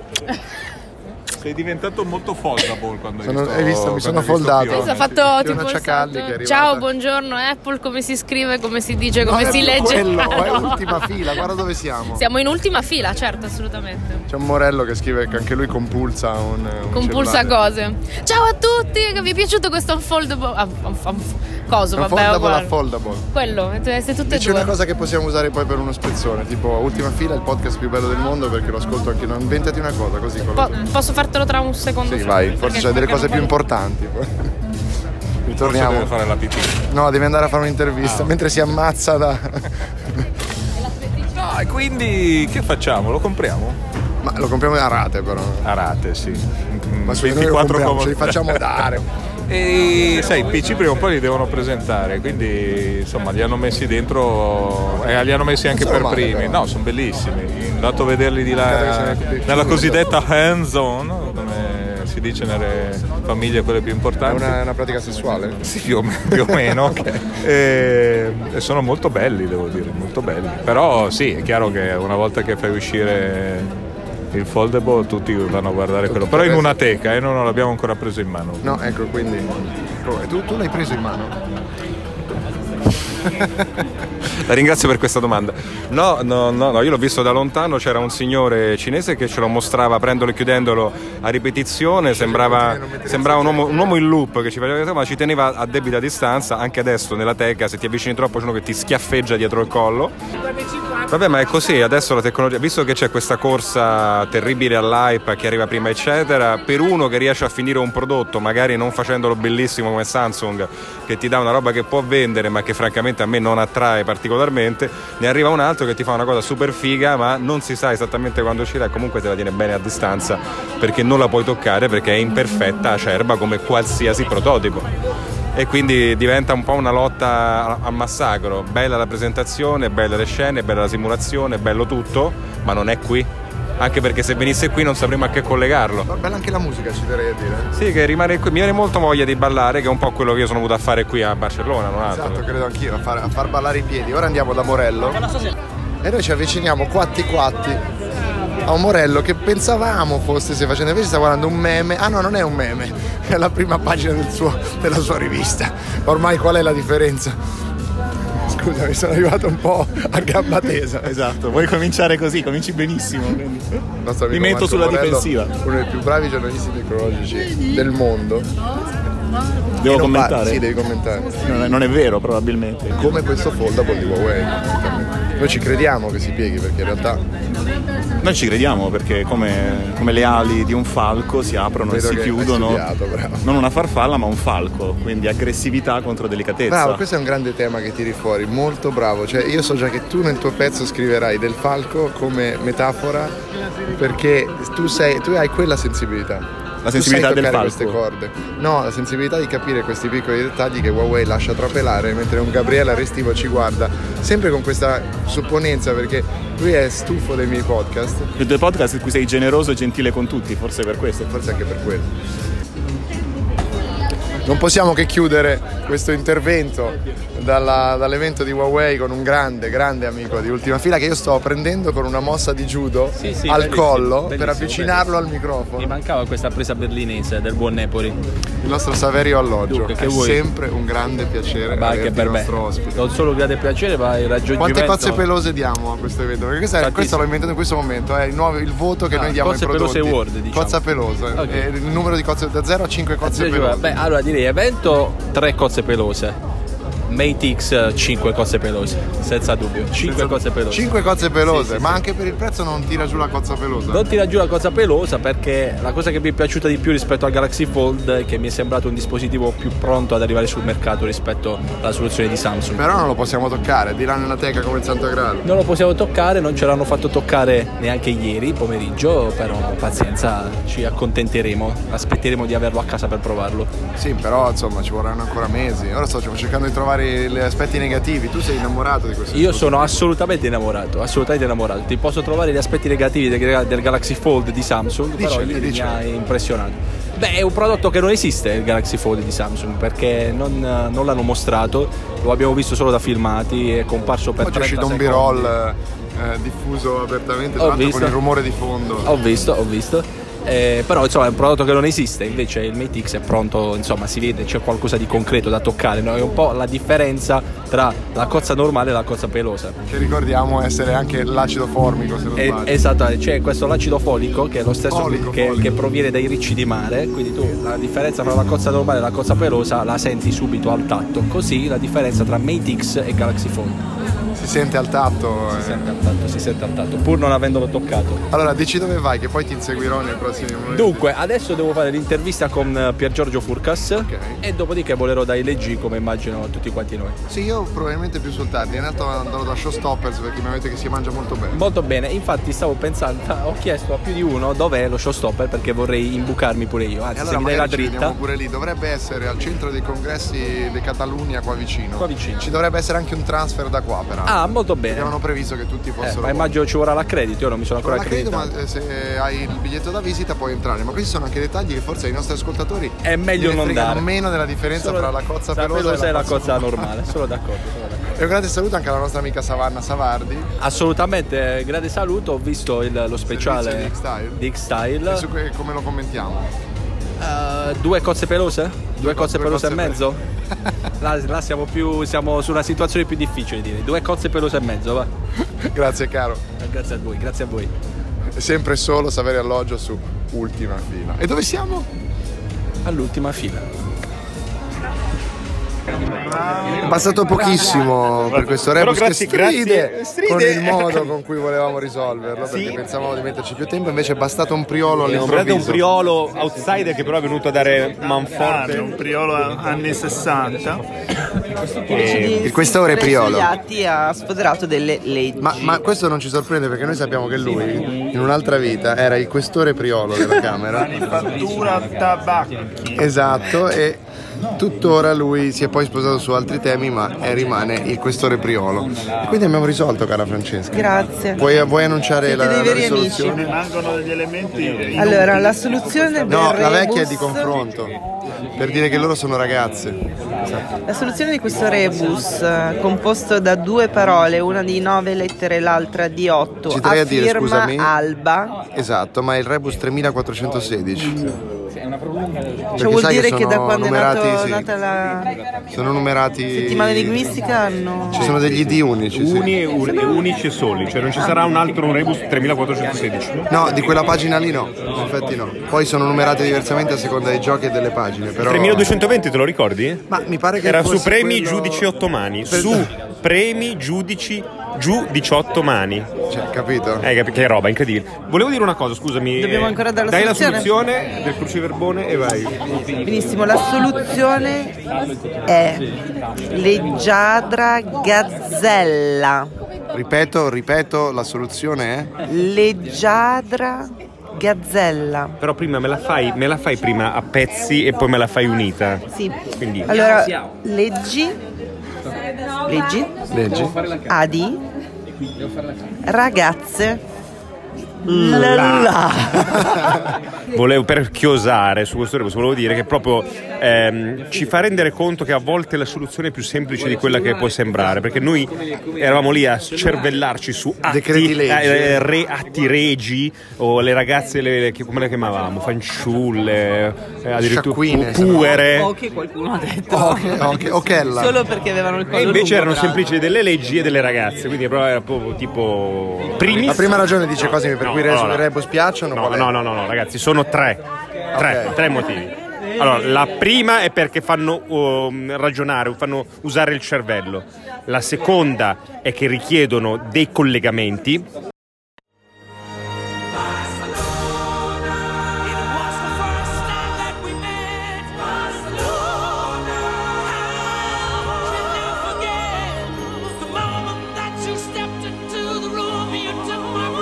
Speaker 19: Sei diventato molto followable quando
Speaker 7: Sono-
Speaker 19: hai visto
Speaker 7: hai visto, mi sono
Speaker 19: quando hai
Speaker 7: foldato.
Speaker 19: visto Pione.
Speaker 7: Sì,
Speaker 20: Ha fatto tipo
Speaker 7: Fiona
Speaker 20: il
Speaker 7: Ciacalli
Speaker 20: salto.
Speaker 7: che è arrivata.
Speaker 20: Ciao, buongiorno Apple, come si scrive, come si dice, come
Speaker 7: No, è
Speaker 20: si
Speaker 7: proprio
Speaker 20: legge.
Speaker 7: Eh, quello,
Speaker 20: Ah,
Speaker 7: è
Speaker 20: no.
Speaker 7: ultima fila, guarda dove siamo.
Speaker 20: Siamo in ultima fila, certo, assolutamente.
Speaker 7: C'è un Morello che scrive che anche lui compulsa un. un
Speaker 20: Compulsa
Speaker 7: cellulare.
Speaker 20: cose. Ciao a tutti, che vi è piaciuto questo unfoldable? Ah, unf- unf- coso,
Speaker 7: Un
Speaker 20: vabbè,
Speaker 7: foldable
Speaker 20: uguale.
Speaker 7: affoldable.
Speaker 20: Quello, eh, se tutte e
Speaker 7: C'è
Speaker 20: due.
Speaker 7: una cosa che possiamo usare poi per uno spezzone, tipo ultima fila, il podcast più bello del mondo perché lo ascolto anche non inventati una cosa così con la
Speaker 20: Po- posso fartelo tra un secondo?
Speaker 7: Sì,
Speaker 20: solo?
Speaker 7: vai, forse
Speaker 20: Perché-
Speaker 7: c'è delle
Speaker 20: perché
Speaker 7: cose
Speaker 20: non
Speaker 7: più
Speaker 20: voglio-
Speaker 7: importanti. Ritorniamo.
Speaker 19: Forse deve fare la pipì.
Speaker 7: No, devi andare a fare un'intervista mentre si ammazza da.
Speaker 19: No, e quindi che facciamo? Lo compriamo?
Speaker 7: Ma lo compriamo a rate però.
Speaker 19: A rate, sì. Mm,
Speaker 7: Ma scusa, noi lo
Speaker 19: 24
Speaker 7: compriamo,
Speaker 19: comodi.
Speaker 7: ce li facciamo dare.
Speaker 19: e sai, i PC prima o poi li devono presentare, quindi insomma li hanno messi dentro e li hanno messi anche
Speaker 7: Non
Speaker 19: per
Speaker 7: sono male,
Speaker 19: primi.
Speaker 7: però.
Speaker 19: No, sono bellissimi. Andato a vederli di
Speaker 7: Guarda che se ne
Speaker 19: là
Speaker 7: è piaciuto.
Speaker 19: nella cosiddetta hands on, come si dice nelle famiglie quelle più
Speaker 7: È
Speaker 19: importanti.
Speaker 7: una, una pratica sessuale?
Speaker 19: Sì, più o, me- più o meno. e, e sono molto belli, devo dire, molto belli. Però sì, è chiaro che una volta che fai uscire il foldable tutti vanno a guardare quello. Però in una teca, eh, noi non l'abbiamo ancora preso in mano.
Speaker 7: No, ecco, quindi. Oh, e Tu, tu l'hai preso in mano?
Speaker 12: La ringrazio per questa domanda. No, no, no, no, io l'ho visto da lontano, c'era un signore cinese che ce lo mostrava aprendolo e chiudendolo a ripetizione, sembrava, sembrava un, uomo, un uomo in loop che ci faceva vedere, ma ci teneva a debita distanza, anche adesso nella teca se ti avvicini troppo c'è uno che ti schiaffeggia dietro il collo. Vabbè, ma è così, adesso la tecnologia, visto che c'è questa corsa terribile all'hype che arriva prima, eccetera, per uno che riesce a finire un prodotto, magari non facendolo bellissimo come Samsung, che ti dà una roba che può vendere, ma che francamente a me non attrae particolarmente, ne arriva un altro che ti fa una cosa super figa, ma non si sa esattamente quando uscirà, e comunque te la tiene bene a distanza, perché non la puoi toccare, perché è imperfetta, acerba come qualsiasi prototipo e quindi diventa un po' una lotta al massacro. Bella la presentazione, belle le scene, bella la simulazione, bello tutto, ma non è qui. Anche perché se venisse qui non sapremmo a che collegarlo.
Speaker 7: Ma bella anche la musica, ci darei a dire.
Speaker 12: Sì, che rimane qui, mi viene molto voglia di ballare, che è un po' quello che io sono venuto a fare qui a Barcellona, non altro.
Speaker 7: Esatto, credo anch'io, a far, a far ballare i piedi. Ora andiamo da Morello e noi ci avviciniamo quatti quatti a un Morello che pensavamo fosse se facendo, invece sta guardando un meme. Ah no, non è un meme, è la prima pagina del suo- della sua rivista. Ormai qual è la differenza? Scusami, sono arrivato un po' a gamba tesa. Esatto,
Speaker 21: Vuoi cominciare così? Cominci benissimo. quindi. Mi metto sulla difensiva.
Speaker 7: Uno dei più bravi giornalisti tecnologici del mondo.
Speaker 21: Devo
Speaker 7: E non
Speaker 21: commentare?
Speaker 7: parli, Sì, devi commentare.
Speaker 21: Non è, non è vero, probabilmente.
Speaker 7: Come questo foldable di Huawei. Noi ci crediamo che si pieghi perché in realtà
Speaker 21: Noi ci crediamo perché come, come le ali di un falco si aprono
Speaker 7: Vedo
Speaker 21: e si
Speaker 7: che hai
Speaker 21: chiudono.
Speaker 7: studiato, bravo.
Speaker 21: non una farfalla ma un falco, quindi aggressività contro delicatezza.
Speaker 7: Bravo, questo è un grande tema che tiri fuori, molto bravo. Cioè, io so già che tu nel tuo pezzo scriverai del falco come metafora perché tu, sei, tu hai quella sensibilità.
Speaker 21: La
Speaker 7: Tu
Speaker 21: sensibilità
Speaker 7: sai
Speaker 21: del
Speaker 7: toccare
Speaker 21: falco.
Speaker 7: queste corde. No, la sensibilità di capire questi piccoli dettagli che Huawei lascia trapelare mentre un Gabriele Restivo ci guarda, sempre con questa supponenza perché lui è stufo dei miei podcast.
Speaker 21: I due podcast in cui sei generoso e gentile con tutti, forse per questo.
Speaker 7: Forse anche per quello. Non possiamo che chiudere questo intervento dalla- dall'evento di Huawei con un grande, grande amico di ultima fila che io sto prendendo con una mossa di judo
Speaker 17: sì,
Speaker 7: al
Speaker 17: bellissimo,
Speaker 7: collo per
Speaker 17: bellissimo,
Speaker 7: avvicinarlo al microfono.
Speaker 17: Mi mancava questa presa berlinese del buon Nepoli.
Speaker 7: Il nostro Saverio Alloggio
Speaker 17: Dunque, che
Speaker 7: è
Speaker 17: vuoi?
Speaker 7: sempre un grande piacere
Speaker 17: Vai, che
Speaker 7: averti
Speaker 17: per me.
Speaker 7: nostro ospite.
Speaker 17: Non solo grande piacere, ma il raggiungimento.
Speaker 7: Quante cozze pelose diamo a questo evento? Perché questo, è, questo l'ho inventato in questo momento, è il, nuovo- il voto che
Speaker 17: Ah,
Speaker 7: noi diamo ai
Speaker 17: cozze
Speaker 7: prodotti.
Speaker 17: pelose award, diciamo.
Speaker 7: Cozza pelosa,
Speaker 17: Ok.
Speaker 7: è il numero di cozze da 0 a 5 cozze
Speaker 17: Sì,
Speaker 7: pelose.
Speaker 17: Beh, allora direi evento tre cozze pelose. Mate X 5 cozze pelose, senza dubbio. 5 cozze pelose.
Speaker 7: 5 cozze pelose,
Speaker 17: Sì, sì,
Speaker 7: ma
Speaker 17: sì.
Speaker 7: anche per il prezzo non tira giù la cozza pelosa.
Speaker 17: Non tira giù la cosa pelosa perché la cosa che mi è piaciuta di più rispetto al Galaxy Fold è che mi è sembrato un dispositivo più pronto ad arrivare sul mercato rispetto alla soluzione di Samsung.
Speaker 7: Però non lo possiamo toccare, di là nella teca come il santo graal.
Speaker 17: Non lo possiamo toccare, non ce l'hanno fatto toccare neanche ieri pomeriggio, però pazienza, ci accontenteremo, aspetteremo di averlo a casa per provarlo.
Speaker 7: Sì, però insomma ci vorranno ancora mesi. Ora sto cercando di trovare gli aspetti negativi. Tu sei innamorato di questo.
Speaker 17: Io sono assolutamente innamorato, assolutamente innamorato. Ti posso trovare gli aspetti negativi del, del Galaxy Fold di Samsung, però
Speaker 7: Diceli,
Speaker 17: lì mi
Speaker 7: diceli.
Speaker 17: ha impressionato. Beh, è un prodotto che non esiste il Galaxy Fold di Samsung perché non, non l'hanno mostrato, lo abbiamo visto solo da filmati, è comparso per
Speaker 7: Oggi è
Speaker 17: 30
Speaker 7: uscito un
Speaker 17: secondi.
Speaker 7: b-roll eh, eh, diffuso apertamente, tra
Speaker 17: Ho
Speaker 7: l'altro
Speaker 17: visto.
Speaker 7: con il rumore di fondo.
Speaker 17: Ho visto, ho visto. Eh, però insomma è un prodotto che non esiste, invece il Mate X è pronto, insomma si vede c'è qualcosa di concreto da toccare, no? è un po' la differenza tra la cozza normale e la cozza pelosa.
Speaker 7: Che ricordiamo essere anche l'acido formico, se non
Speaker 17: Eh,
Speaker 7: sbaglio.
Speaker 17: esatto, c'è questo l'acido folico che è lo stesso che, che proviene dai ricci di mare, quindi tu la differenza tra la cozza normale e la cozza pelosa la senti subito al tatto, così la differenza tra Mate X e Galaxy Fold.
Speaker 7: Si sente al tatto. eh.
Speaker 17: Si sente al tatto, si sente al tatto, pur non avendolo toccato.
Speaker 7: Allora dici dove vai, che poi ti inseguirò nei prossimi momenti.
Speaker 17: Dunque, adesso devo fare l'intervista con eh, Pier Giorgio Furcas e dopodiché volerò da LG come immagino tutti quanti noi.
Speaker 7: Sì, io probabilmente più sul tardi, in realtà andrò da Showstoppers perché mi avete che si mangia molto bene.
Speaker 17: Molto bene, infatti stavo pensando, "Ah, ho chiesto a più di uno dov'è lo showstopper perché vorrei imbucarmi pure io,
Speaker 7: E
Speaker 17: anzi
Speaker 7: allora
Speaker 17: se mi dai
Speaker 7: magari
Speaker 17: la
Speaker 7: ci vediamo
Speaker 17: dritta.
Speaker 7: pure lì, dovrebbe essere al centro dei congressi di Catalunya qua vicino.
Speaker 17: Qua vicino.
Speaker 7: Ci dovrebbe essere anche un transfer da qua però.
Speaker 17: Ah, molto bene.
Speaker 7: Perché avevano previsto che tutti
Speaker 17: Eh,
Speaker 7: fossero
Speaker 17: ma immagino ci vorrà l'accredito, io non mi sono
Speaker 7: qua.
Speaker 17: ancora
Speaker 7: Ma credo,
Speaker 17: accreditato.
Speaker 7: ma eh, se hai il biglietto da visita puoi entrare, ma questi sono anche dettagli che forse ai nostri ascoltatori
Speaker 17: È meglio
Speaker 7: gliene
Speaker 17: non
Speaker 7: fregano
Speaker 17: dare.
Speaker 7: meno della differenza
Speaker 17: Solo-
Speaker 7: tra la cozza
Speaker 17: tra
Speaker 7: pelosa,
Speaker 17: e la cozza
Speaker 7: normale.
Speaker 17: normale, sono d'accordo, sono d'accordo.
Speaker 7: E un grande saluto anche alla nostra amica Savanna Savardi.
Speaker 17: Assolutamente, eh, grande saluto, ho visto il- lo
Speaker 7: Servizio
Speaker 17: speciale
Speaker 7: di X-Style.
Speaker 17: di X-Style.
Speaker 7: E su que- come lo commentiamo?
Speaker 17: Eh, due cozze pelose? Due cozze pelose e mezzo? Là, là siamo, più, siamo su una situazione più difficile direi. Due cozze pelose e mezzo, va.
Speaker 7: Grazie caro.
Speaker 17: Grazie a voi, grazie a voi.
Speaker 7: Sempre solo Saverio Alloggio su Ultima Fila. E dove siamo?
Speaker 17: All'ultima fila.
Speaker 7: È passato pochissimo per questo
Speaker 5: Però
Speaker 7: rebus
Speaker 5: grazie-
Speaker 7: che stride,
Speaker 5: grazie- Eh, ecco. stride.
Speaker 7: con il modo con cui volevamo risolverlo perché pensavamo di metterci più tempo invece è bastato un priolo
Speaker 6: È
Speaker 7: all'improvviso
Speaker 6: Eh, un priolo outsider che però è venuto a dare manforte.
Speaker 21: Ah, un priolo anni 60.
Speaker 7: Il questore Eh, è Priolo.
Speaker 1: Gli atti ha sfoderato delle leggi.
Speaker 7: ma, ma questo non ci sorprende perché noi sappiamo che lui in un'altra vita era il questore priolo della Camera
Speaker 21: Manifattura tabacchi.
Speaker 7: esatto e tuttora lui si è poi sposato su altri temi ma eh, rimane il questore priolo e quindi abbiamo risolto cara Francesca
Speaker 1: Grazie.
Speaker 7: vuoi, vuoi annunciare la, la risoluzione?
Speaker 21: Rimangono degli elementi. inutili.
Speaker 1: Allora, la soluzione del
Speaker 7: No, la vecchia è
Speaker 1: rebus-
Speaker 7: di confronto. Per dire che loro sono ragazze. Esatto.
Speaker 1: La soluzione di questo rebus, eh, composto da due parole, una di nove lettere e l'altra di otto,
Speaker 7: Ci terrei a dire,
Speaker 1: firma
Speaker 7: scusami.
Speaker 1: Alba.
Speaker 7: Esatto, ma è il Rebus 3416.
Speaker 8: È una prolunga del
Speaker 7: Perché
Speaker 1: Cioè, vuol
Speaker 7: sai
Speaker 1: dire
Speaker 7: che
Speaker 1: che,
Speaker 7: sono
Speaker 1: da quando è nato-
Speaker 7: numerati, sì.
Speaker 1: nata la
Speaker 7: Sono numerati.
Speaker 1: settimana linguistica hanno.
Speaker 7: Ci sono degli D unici. sì.
Speaker 6: Uni e, un- e unici e soli, cioè non ci sarà un altro rebus 3416.
Speaker 7: No, di quella pagina lì no, in effetti no. Poi sono numerate diversamente a seconda dei giochi e delle pagine, però...
Speaker 6: 3220 te lo ricordi?
Speaker 7: Ma mi pare che
Speaker 6: Era
Speaker 7: fosse
Speaker 6: su premi
Speaker 7: quello-
Speaker 6: giudici 8 mani,
Speaker 7: Per-
Speaker 6: su premi giudici giù 18 mani.
Speaker 7: Cioè, capito?
Speaker 6: Eh, capi- che roba incredibile. Volevo dire una cosa, scusami.
Speaker 1: Dobbiamo
Speaker 6: eh,
Speaker 1: ancora dare la
Speaker 6: Dai la
Speaker 1: soluzione?
Speaker 6: soluzione del cruciverbone e vai.
Speaker 1: Benissimo, la soluzione è leggiadra gazzella.
Speaker 7: Ripeto, ripeto, la soluzione è...
Speaker 1: Leggiadra gazzella.
Speaker 6: Però prima me la fai, me la fai prima a pezzi e poi me la fai unita.
Speaker 1: Sì.
Speaker 6: Quindi
Speaker 1: Allora, leggi. Leggi.
Speaker 6: Leggi.
Speaker 1: Adi. Ragazze.
Speaker 6: La.
Speaker 1: La la.
Speaker 6: Volevo per chiosare su questo rebus, volevo dire che proprio ehm, ci fa rendere conto che a volte la soluzione è più semplice di quella che può sembrare, perché noi eravamo lì a cervellarci su atti,
Speaker 7: Decreti legge.
Speaker 6: eh, re, atti regi o le ragazze, le- le- che- come le chiamavamo, fanciulle, eh, addirittura
Speaker 7: Sciacquine,
Speaker 6: pu- puere.
Speaker 1: O che qualcuno ha detto.
Speaker 7: Ok, ok, okella.
Speaker 1: Solo perché avevano il collo
Speaker 6: E invece
Speaker 1: lungo,
Speaker 6: erano
Speaker 1: tra l'altro.
Speaker 6: semplici delle leggi e delle ragazze, quindi però era proprio tipo... primis-
Speaker 7: La prima ragione dice cose per
Speaker 6: No,
Speaker 7: cui i res-
Speaker 6: allora.
Speaker 7: rebus piacciono.
Speaker 6: No,
Speaker 7: qual è?
Speaker 6: no, no, no, no, ragazzi, sono tre. Tre, tre motivi. Allora, la prima è perché fanno um, ragionare, fanno usare il cervello. La seconda è che richiedono dei collegamenti.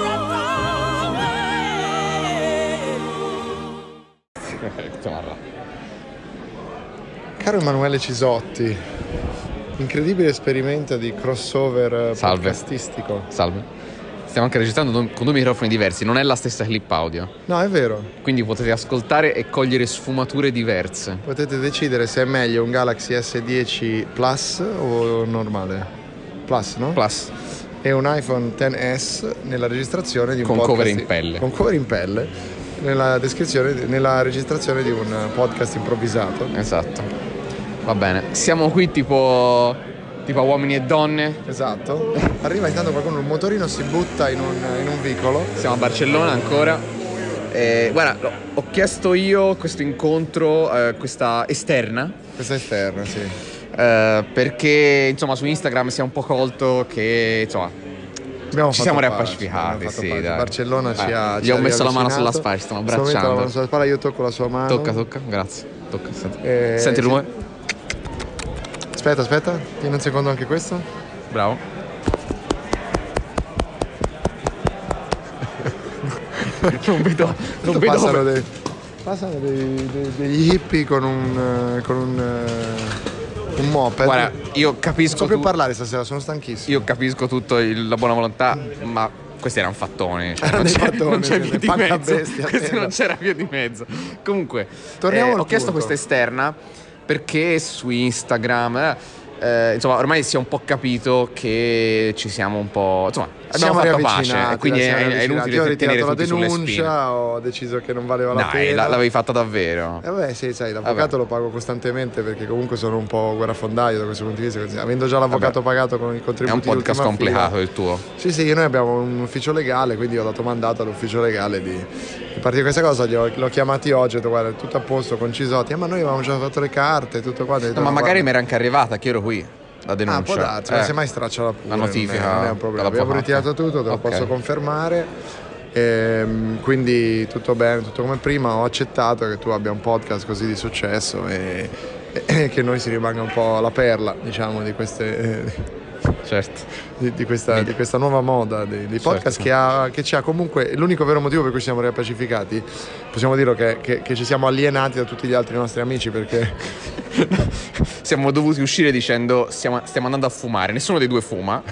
Speaker 7: Caro Emanuele Cisotti, incredibile esperimento di crossover eh,
Speaker 14: Salve.
Speaker 7: podcastistico.
Speaker 14: Salve. Stiamo anche registrando do- con due microfoni diversi, non è la stessa clip audio.
Speaker 7: No, è vero.
Speaker 14: Quindi potete ascoltare e cogliere sfumature diverse.
Speaker 7: Potete decidere se è meglio un Galaxy S10 Plus o normale. Plus, no?
Speaker 14: Plus.
Speaker 7: E un iPhone XS nella registrazione di un
Speaker 14: Con
Speaker 7: podcast.
Speaker 14: cover in pelle.
Speaker 7: Con cover in pelle. Nella, descrizione, nella registrazione di un eh, podcast improvvisato.
Speaker 14: Esatto. Va bene. Siamo qui tipo. tipo a uomini e donne.
Speaker 7: Esatto. Arriva intanto qualcuno, un motorino si butta in un, in un vicolo.
Speaker 14: Siamo a Barcellona ancora. Eh, guarda, lo- ho chiesto io questo incontro, eh, questa esterna. Eh,
Speaker 7: Questa esterna, sì.
Speaker 14: perché insomma su Instagram si è un po' colto che insomma
Speaker 7: Abbiamo
Speaker 14: ci
Speaker 7: fatto
Speaker 14: siamo
Speaker 7: pace,
Speaker 14: riappacificati.
Speaker 7: abbiamo fatto
Speaker 14: Sì,
Speaker 7: pace.
Speaker 14: dai.
Speaker 7: Barcellona ci
Speaker 14: Eh,
Speaker 7: ha.
Speaker 14: Gli
Speaker 7: ci
Speaker 14: ho
Speaker 7: ha
Speaker 14: messo la mano
Speaker 7: riavvicinato.
Speaker 14: sulla spalla, stiamo
Speaker 7: Sto mettendo la mano
Speaker 14: abbracciando.
Speaker 7: sulla spalla, io tocco la sua mano.
Speaker 14: Tocca, tocca, grazie. Tocca, senti.
Speaker 7: Eh,
Speaker 14: Senti il
Speaker 7: sì.
Speaker 14: rumore?
Speaker 7: Aspetta, aspetta, tieni un secondo anche questo.
Speaker 14: Bravo. non vedo, non vedo
Speaker 7: passano
Speaker 14: come-
Speaker 7: dei, passano dei- dei- degli hippie con un. eh, con un. eh, un moped.
Speaker 14: Guarda, io
Speaker 7: Non
Speaker 14: capisco.
Speaker 7: so più
Speaker 14: tu-
Speaker 7: parlare stasera, sono stanchissimo.
Speaker 14: Io capisco tutto il- la buona volontà, ma questi erano fattoni. Cioè
Speaker 7: Erano
Speaker 14: non,
Speaker 7: Ah, dei
Speaker 14: c'è,
Speaker 7: fattoni,
Speaker 14: non c'è
Speaker 7: sì,
Speaker 14: via
Speaker 7: dei
Speaker 14: di
Speaker 7: panca
Speaker 14: mezzo.
Speaker 7: bestia,
Speaker 14: Questi
Speaker 7: vero.
Speaker 14: non c'era via di mezzo. Comunque,
Speaker 7: Torniamo
Speaker 14: eh, ho
Speaker 7: al
Speaker 14: chiesto
Speaker 7: punto.
Speaker 14: questa esterna perché su Instagram. eh, eh, insomma, ormai si è un po' capito che ci siamo un po'. Insomma, abbiamo fatto pace. e
Speaker 7: riavvicinati,
Speaker 14: Quindi
Speaker 7: la
Speaker 14: è,
Speaker 7: siamo
Speaker 14: è
Speaker 7: riavvicinati.
Speaker 14: inutile
Speaker 7: Io ho
Speaker 14: tenere
Speaker 7: ritirato la
Speaker 14: tutti sulle spine.
Speaker 7: denuncia, ho deciso che non valeva la
Speaker 14: Dai,
Speaker 7: pena.
Speaker 14: la- l'avevi fatta davvero.
Speaker 7: Eh beh, sì, sai, l'avvocato lo pago costantemente perché comunque sono un po' guerrafondaio da questo punto di vista. quindi Avendo già l'avvocato pagato con i
Speaker 14: È
Speaker 7: contributi
Speaker 14: un podcast
Speaker 7: di ultima fila.
Speaker 14: complicato il tuo.
Speaker 7: Sì, sì, noi abbiamo un ufficio legale, quindi ho dato mandato all'ufficio legale di, di partire questa cosa. Gli ho, l'ho chiamati oggi, ho detto guarda, è tutto a posto con Cisotti. "Eh, ma noi avevamo già fatto le carte, tutto quanto. Ho detto,
Speaker 14: No, ma
Speaker 7: "No,
Speaker 14: magari mi
Speaker 7: guarda,
Speaker 14: era anche arrivata, che ero qui. La denuncia.
Speaker 7: Ah, può darsi, ma semmai straccia la
Speaker 14: La notifica.
Speaker 7: Non è un problema. Abbiamo ritirato tutto, te lo posso confermare. Ehm, quindi tutto bene, tutto come prima. Ho accettato che tu abbia un podcast così di successo e, e che noi si rimanga un po' la perla, diciamo, di queste. Di, di questa, di questa nuova moda dei, dei podcast
Speaker 14: Certo.
Speaker 7: che, ha, che ci ha comunque l'unico vero motivo per cui siamo riappacificati possiamo dirlo che, che- che ci siamo alienati da tutti gli altri nostri amici perché
Speaker 14: Siamo dovuti uscire dicendo stiamo, stiamo andando a fumare, nessuno dei due fuma.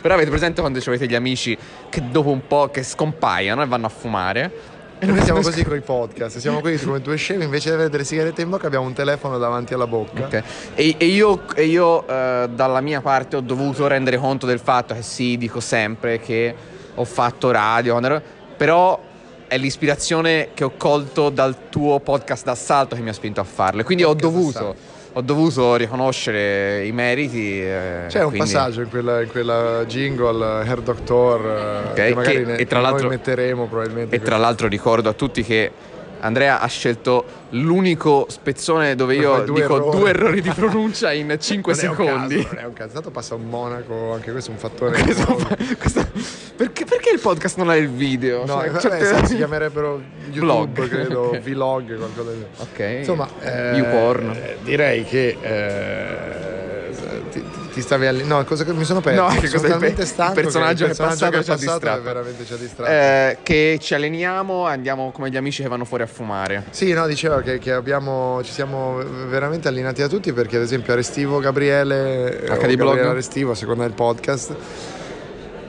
Speaker 14: Però avete presente quando avete gli amici che dopo un po' che scompaiono e vanno a fumare?
Speaker 7: E noi siamo così con i podcast, siamo qui come due scemi, invece di avere delle sigarette in bocca abbiamo un telefono davanti alla bocca.
Speaker 14: Ok. E, e io, e io, eh, dalla mia parte ho dovuto rendere eh conto del fatto che sì, dico sempre che ho fatto radio, quando ero- però è l'ispirazione che ho colto dal tuo podcast d'assalto che mi ha spinto a farlo. E Quindi ho dovuto, ho dovuto riconoscere i meriti. eh,
Speaker 7: C'è un
Speaker 14: quindi-
Speaker 7: passaggio in quella, in quella jingle eh, Hair Doctor eh,
Speaker 14: Ok,
Speaker 7: che magari
Speaker 14: che-
Speaker 7: ne-
Speaker 14: e tra
Speaker 7: noi
Speaker 14: l'altro-
Speaker 7: metteremo probabilmente.
Speaker 14: E tra l'altro ricordo a tutti che Andrea ha scelto l'unico spezzone dove
Speaker 7: Dove
Speaker 14: io
Speaker 7: fai due
Speaker 14: dico
Speaker 7: errori.
Speaker 14: due errori di pronuncia in 5
Speaker 7: Non è un caso,
Speaker 14: secondi.
Speaker 7: non è un caso. Tanto passa un monaco, anche questo è un fattore.
Speaker 14: perché, perché il podcast non ha il video?
Speaker 7: No,
Speaker 14: Cioè,
Speaker 7: vabbè,
Speaker 14: certe-
Speaker 7: sì, si chiamerebbero YouTube,
Speaker 14: Vlog.
Speaker 7: credo,
Speaker 14: Ok.
Speaker 7: vlog, qualcosa del
Speaker 14: Ok.
Speaker 7: Insomma, eh,
Speaker 14: YouPorn.
Speaker 7: direi che eh, ti, ti stavi alle... No, cosa che mi sono perso?
Speaker 14: No, che
Speaker 7: sono
Speaker 14: cosa hai
Speaker 7: talmente
Speaker 14: pe-
Speaker 7: stanco
Speaker 14: il personaggio
Speaker 7: che il
Speaker 14: che è passato
Speaker 7: personaggio che
Speaker 14: ci ha
Speaker 7: è passato
Speaker 14: distratto.
Speaker 7: è veramente ci ha distratto.
Speaker 14: Eh, che ci alleniamo e andiamo come gli amici che vanno fuori a fumare.
Speaker 7: Sì, no, dicevo che, che abbiamo, ci siamo veramente allineati da tutti perché ad esempio Arestivo Gabriele, eh, o
Speaker 14: HD
Speaker 7: Gabriele
Speaker 14: Blog.
Speaker 7: Arestivo, a seconda del podcast,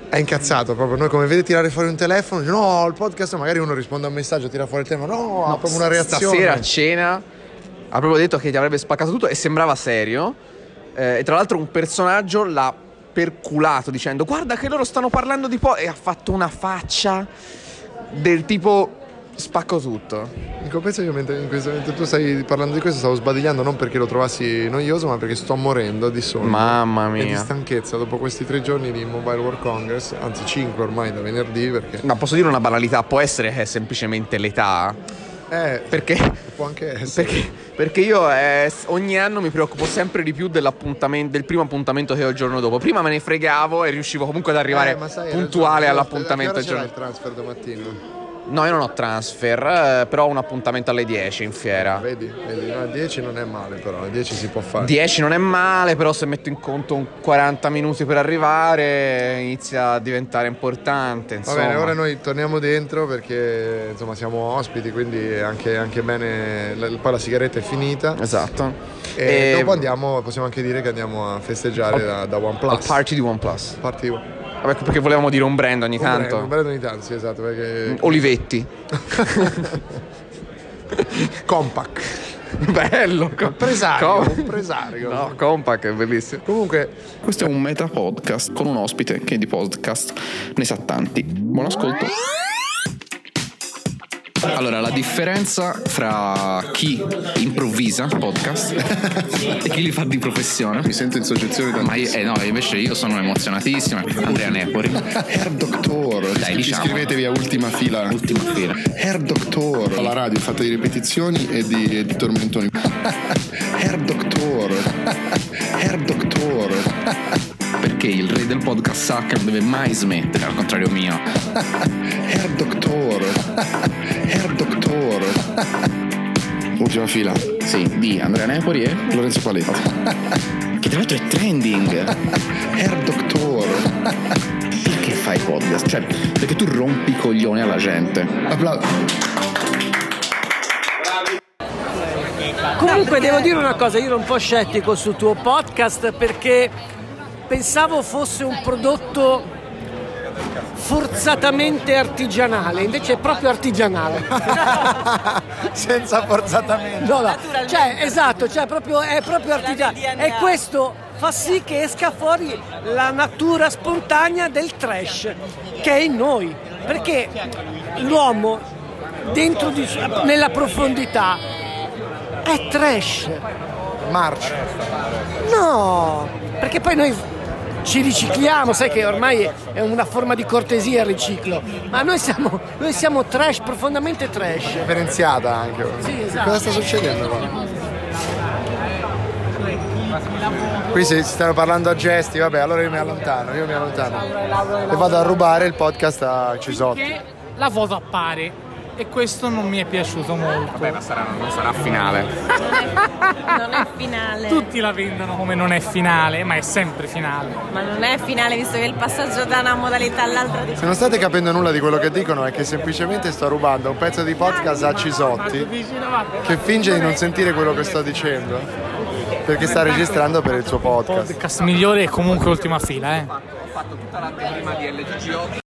Speaker 7: è incazzato proprio. Noi come vede tirare fuori un telefono, dice, no, il podcast magari uno risponde a un messaggio, tira fuori il telefono, no, ha proprio una reazione.
Speaker 14: Stasera a cena ha proprio detto che ti avrebbe spaccato tutto e sembrava serio. Eh, e tra l'altro un personaggio l'ha perculato dicendo guarda che loro stanno parlando di po' e ha fatto una faccia del tipo spacco tutto.
Speaker 7: In compenso io mentre, in questo- mentre tu stai parlando di questo stavo sbadigliando non perché lo trovassi noioso ma perché sto morendo di sonno.
Speaker 14: Mamma
Speaker 7: E di
Speaker 14: mia.
Speaker 7: stanchezza dopo questi tre giorni di Mobile World Congress, anzi cinque ormai da venerdì perché...
Speaker 14: Ma posso dire una banalità? Può essere che è semplicemente l'età.
Speaker 7: Eh,
Speaker 14: Perché?
Speaker 7: può anche essere.
Speaker 14: Perché, perché io eh, s- ogni anno mi preoccupo sempre di più dell'appuntamento, del primo appuntamento che ho il giorno dopo. Prima me ne fregavo e riuscivo comunque ad arrivare
Speaker 7: Eh, ma sai, hai
Speaker 14: puntuale
Speaker 7: ragione.
Speaker 14: all'appuntamento
Speaker 7: A
Speaker 14: del
Speaker 7: che ora
Speaker 14: giorno
Speaker 7: c'era il transfer domattina?
Speaker 14: No, io non ho transfer, eh, però ho un appuntamento alle 10 in fiera.
Speaker 7: Vedi, vedi, no, a 10 non è male però, a 10 si può fare.
Speaker 14: 10 non è male, però se metto in conto un 40 minuti per arrivare inizia a diventare importante.
Speaker 7: Va
Speaker 14: Insomma.
Speaker 7: bene, ora noi torniamo dentro perché insomma siamo ospiti, quindi è anche, anche bene, la- poi la sigaretta è finita.
Speaker 14: Esatto.
Speaker 7: E,
Speaker 14: E-
Speaker 7: dopo andiamo, possiamo anche dire che andiamo a festeggiare da, da
Speaker 14: Al
Speaker 7: OnePlus.
Speaker 14: party di OnePlus.
Speaker 7: Party
Speaker 14: Vabbè, perché volevamo dire un brand ogni tanto.
Speaker 7: Un brand ogni tanto, sì, esatto, perché...
Speaker 14: Olivetti.
Speaker 7: Compact.
Speaker 14: Bello.
Speaker 7: Un presario,
Speaker 14: Com-
Speaker 7: un presario.
Speaker 14: No, Compact è bellissimo.
Speaker 7: Comunque,
Speaker 22: questo è un meta podcast con un ospite che di podcast ne sa tanti. Buon ascolto. Allora, la differenza fra chi improvvisa podcast e chi li fa di professione. Mi sento in soggezione Ma io, eh no, invece io sono emozionatissima. Andrea Nepori. Air Doctor. Dai, diciamo.
Speaker 23: Iscrivetevi a Ultima Fila. Ultima Fila. Air Doctor. Alla radio fatta di ripetizioni e di, e di tormentoni. Air Doctor. Air Doctor.
Speaker 22: Perché il re del podcast sa che non deve mai smettere, al contrario mio.
Speaker 23: Air Doctor. Air Doctor. Ultima Fila.
Speaker 22: Sì, di Andrea Nepori e
Speaker 23: Lorenzo Paletti.
Speaker 22: Che tra l'altro è trending.
Speaker 23: Air Doctor.
Speaker 22: Perché fai podcast? Cioè, perché tu rompi i coglioni alla gente.
Speaker 24: Comunque devo dire una cosa, io ero un po' scettico sul tuo podcast perché pensavo fosse un prodotto forzatamente artigianale, invece è proprio artigianale.
Speaker 7: Senza forzatamente.
Speaker 24: No, no. Cioè, esatto, cioè proprio, è proprio artigianale. E questo fa sì che esca fuori la natura spontanea del trash, che è in noi. Perché l'uomo, dentro di, nella profondità, è trash.
Speaker 7: Marcio.
Speaker 24: No, perché poi noi ci ricicliamo, sai che ormai è una forma di cortesia il riciclo, ma noi siamo, noi siamo trash, profondamente trash.
Speaker 7: Differenziata anche.
Speaker 24: Sì, esatto.
Speaker 7: Cosa sta succedendo qua? Qui si si stanno parlando a gesti, vabbè, allora io mi allontano, io mi allontano. E vado a rubare il podcast a Cisotti.
Speaker 25: La foto appare e questo non mi è piaciuto molto. Vabbè, ma sarà, non sarà
Speaker 14: Finale.
Speaker 26: non è finale.
Speaker 25: Tutti la vendono come non è finale, ma è sempre finale.
Speaker 26: Ma non è finale visto che il passaggio da una modalità all'altra
Speaker 7: Se non state capendo nulla di quello che dicono è che semplicemente sto rubando un pezzo di podcast a Cisotti che finge di non sentire quello che sto dicendo perché sta registrando per il suo podcast.
Speaker 25: Podcast migliore è comunque ultima fila, eh.
Speaker 11: Ho fatto tutta la prima di LGG8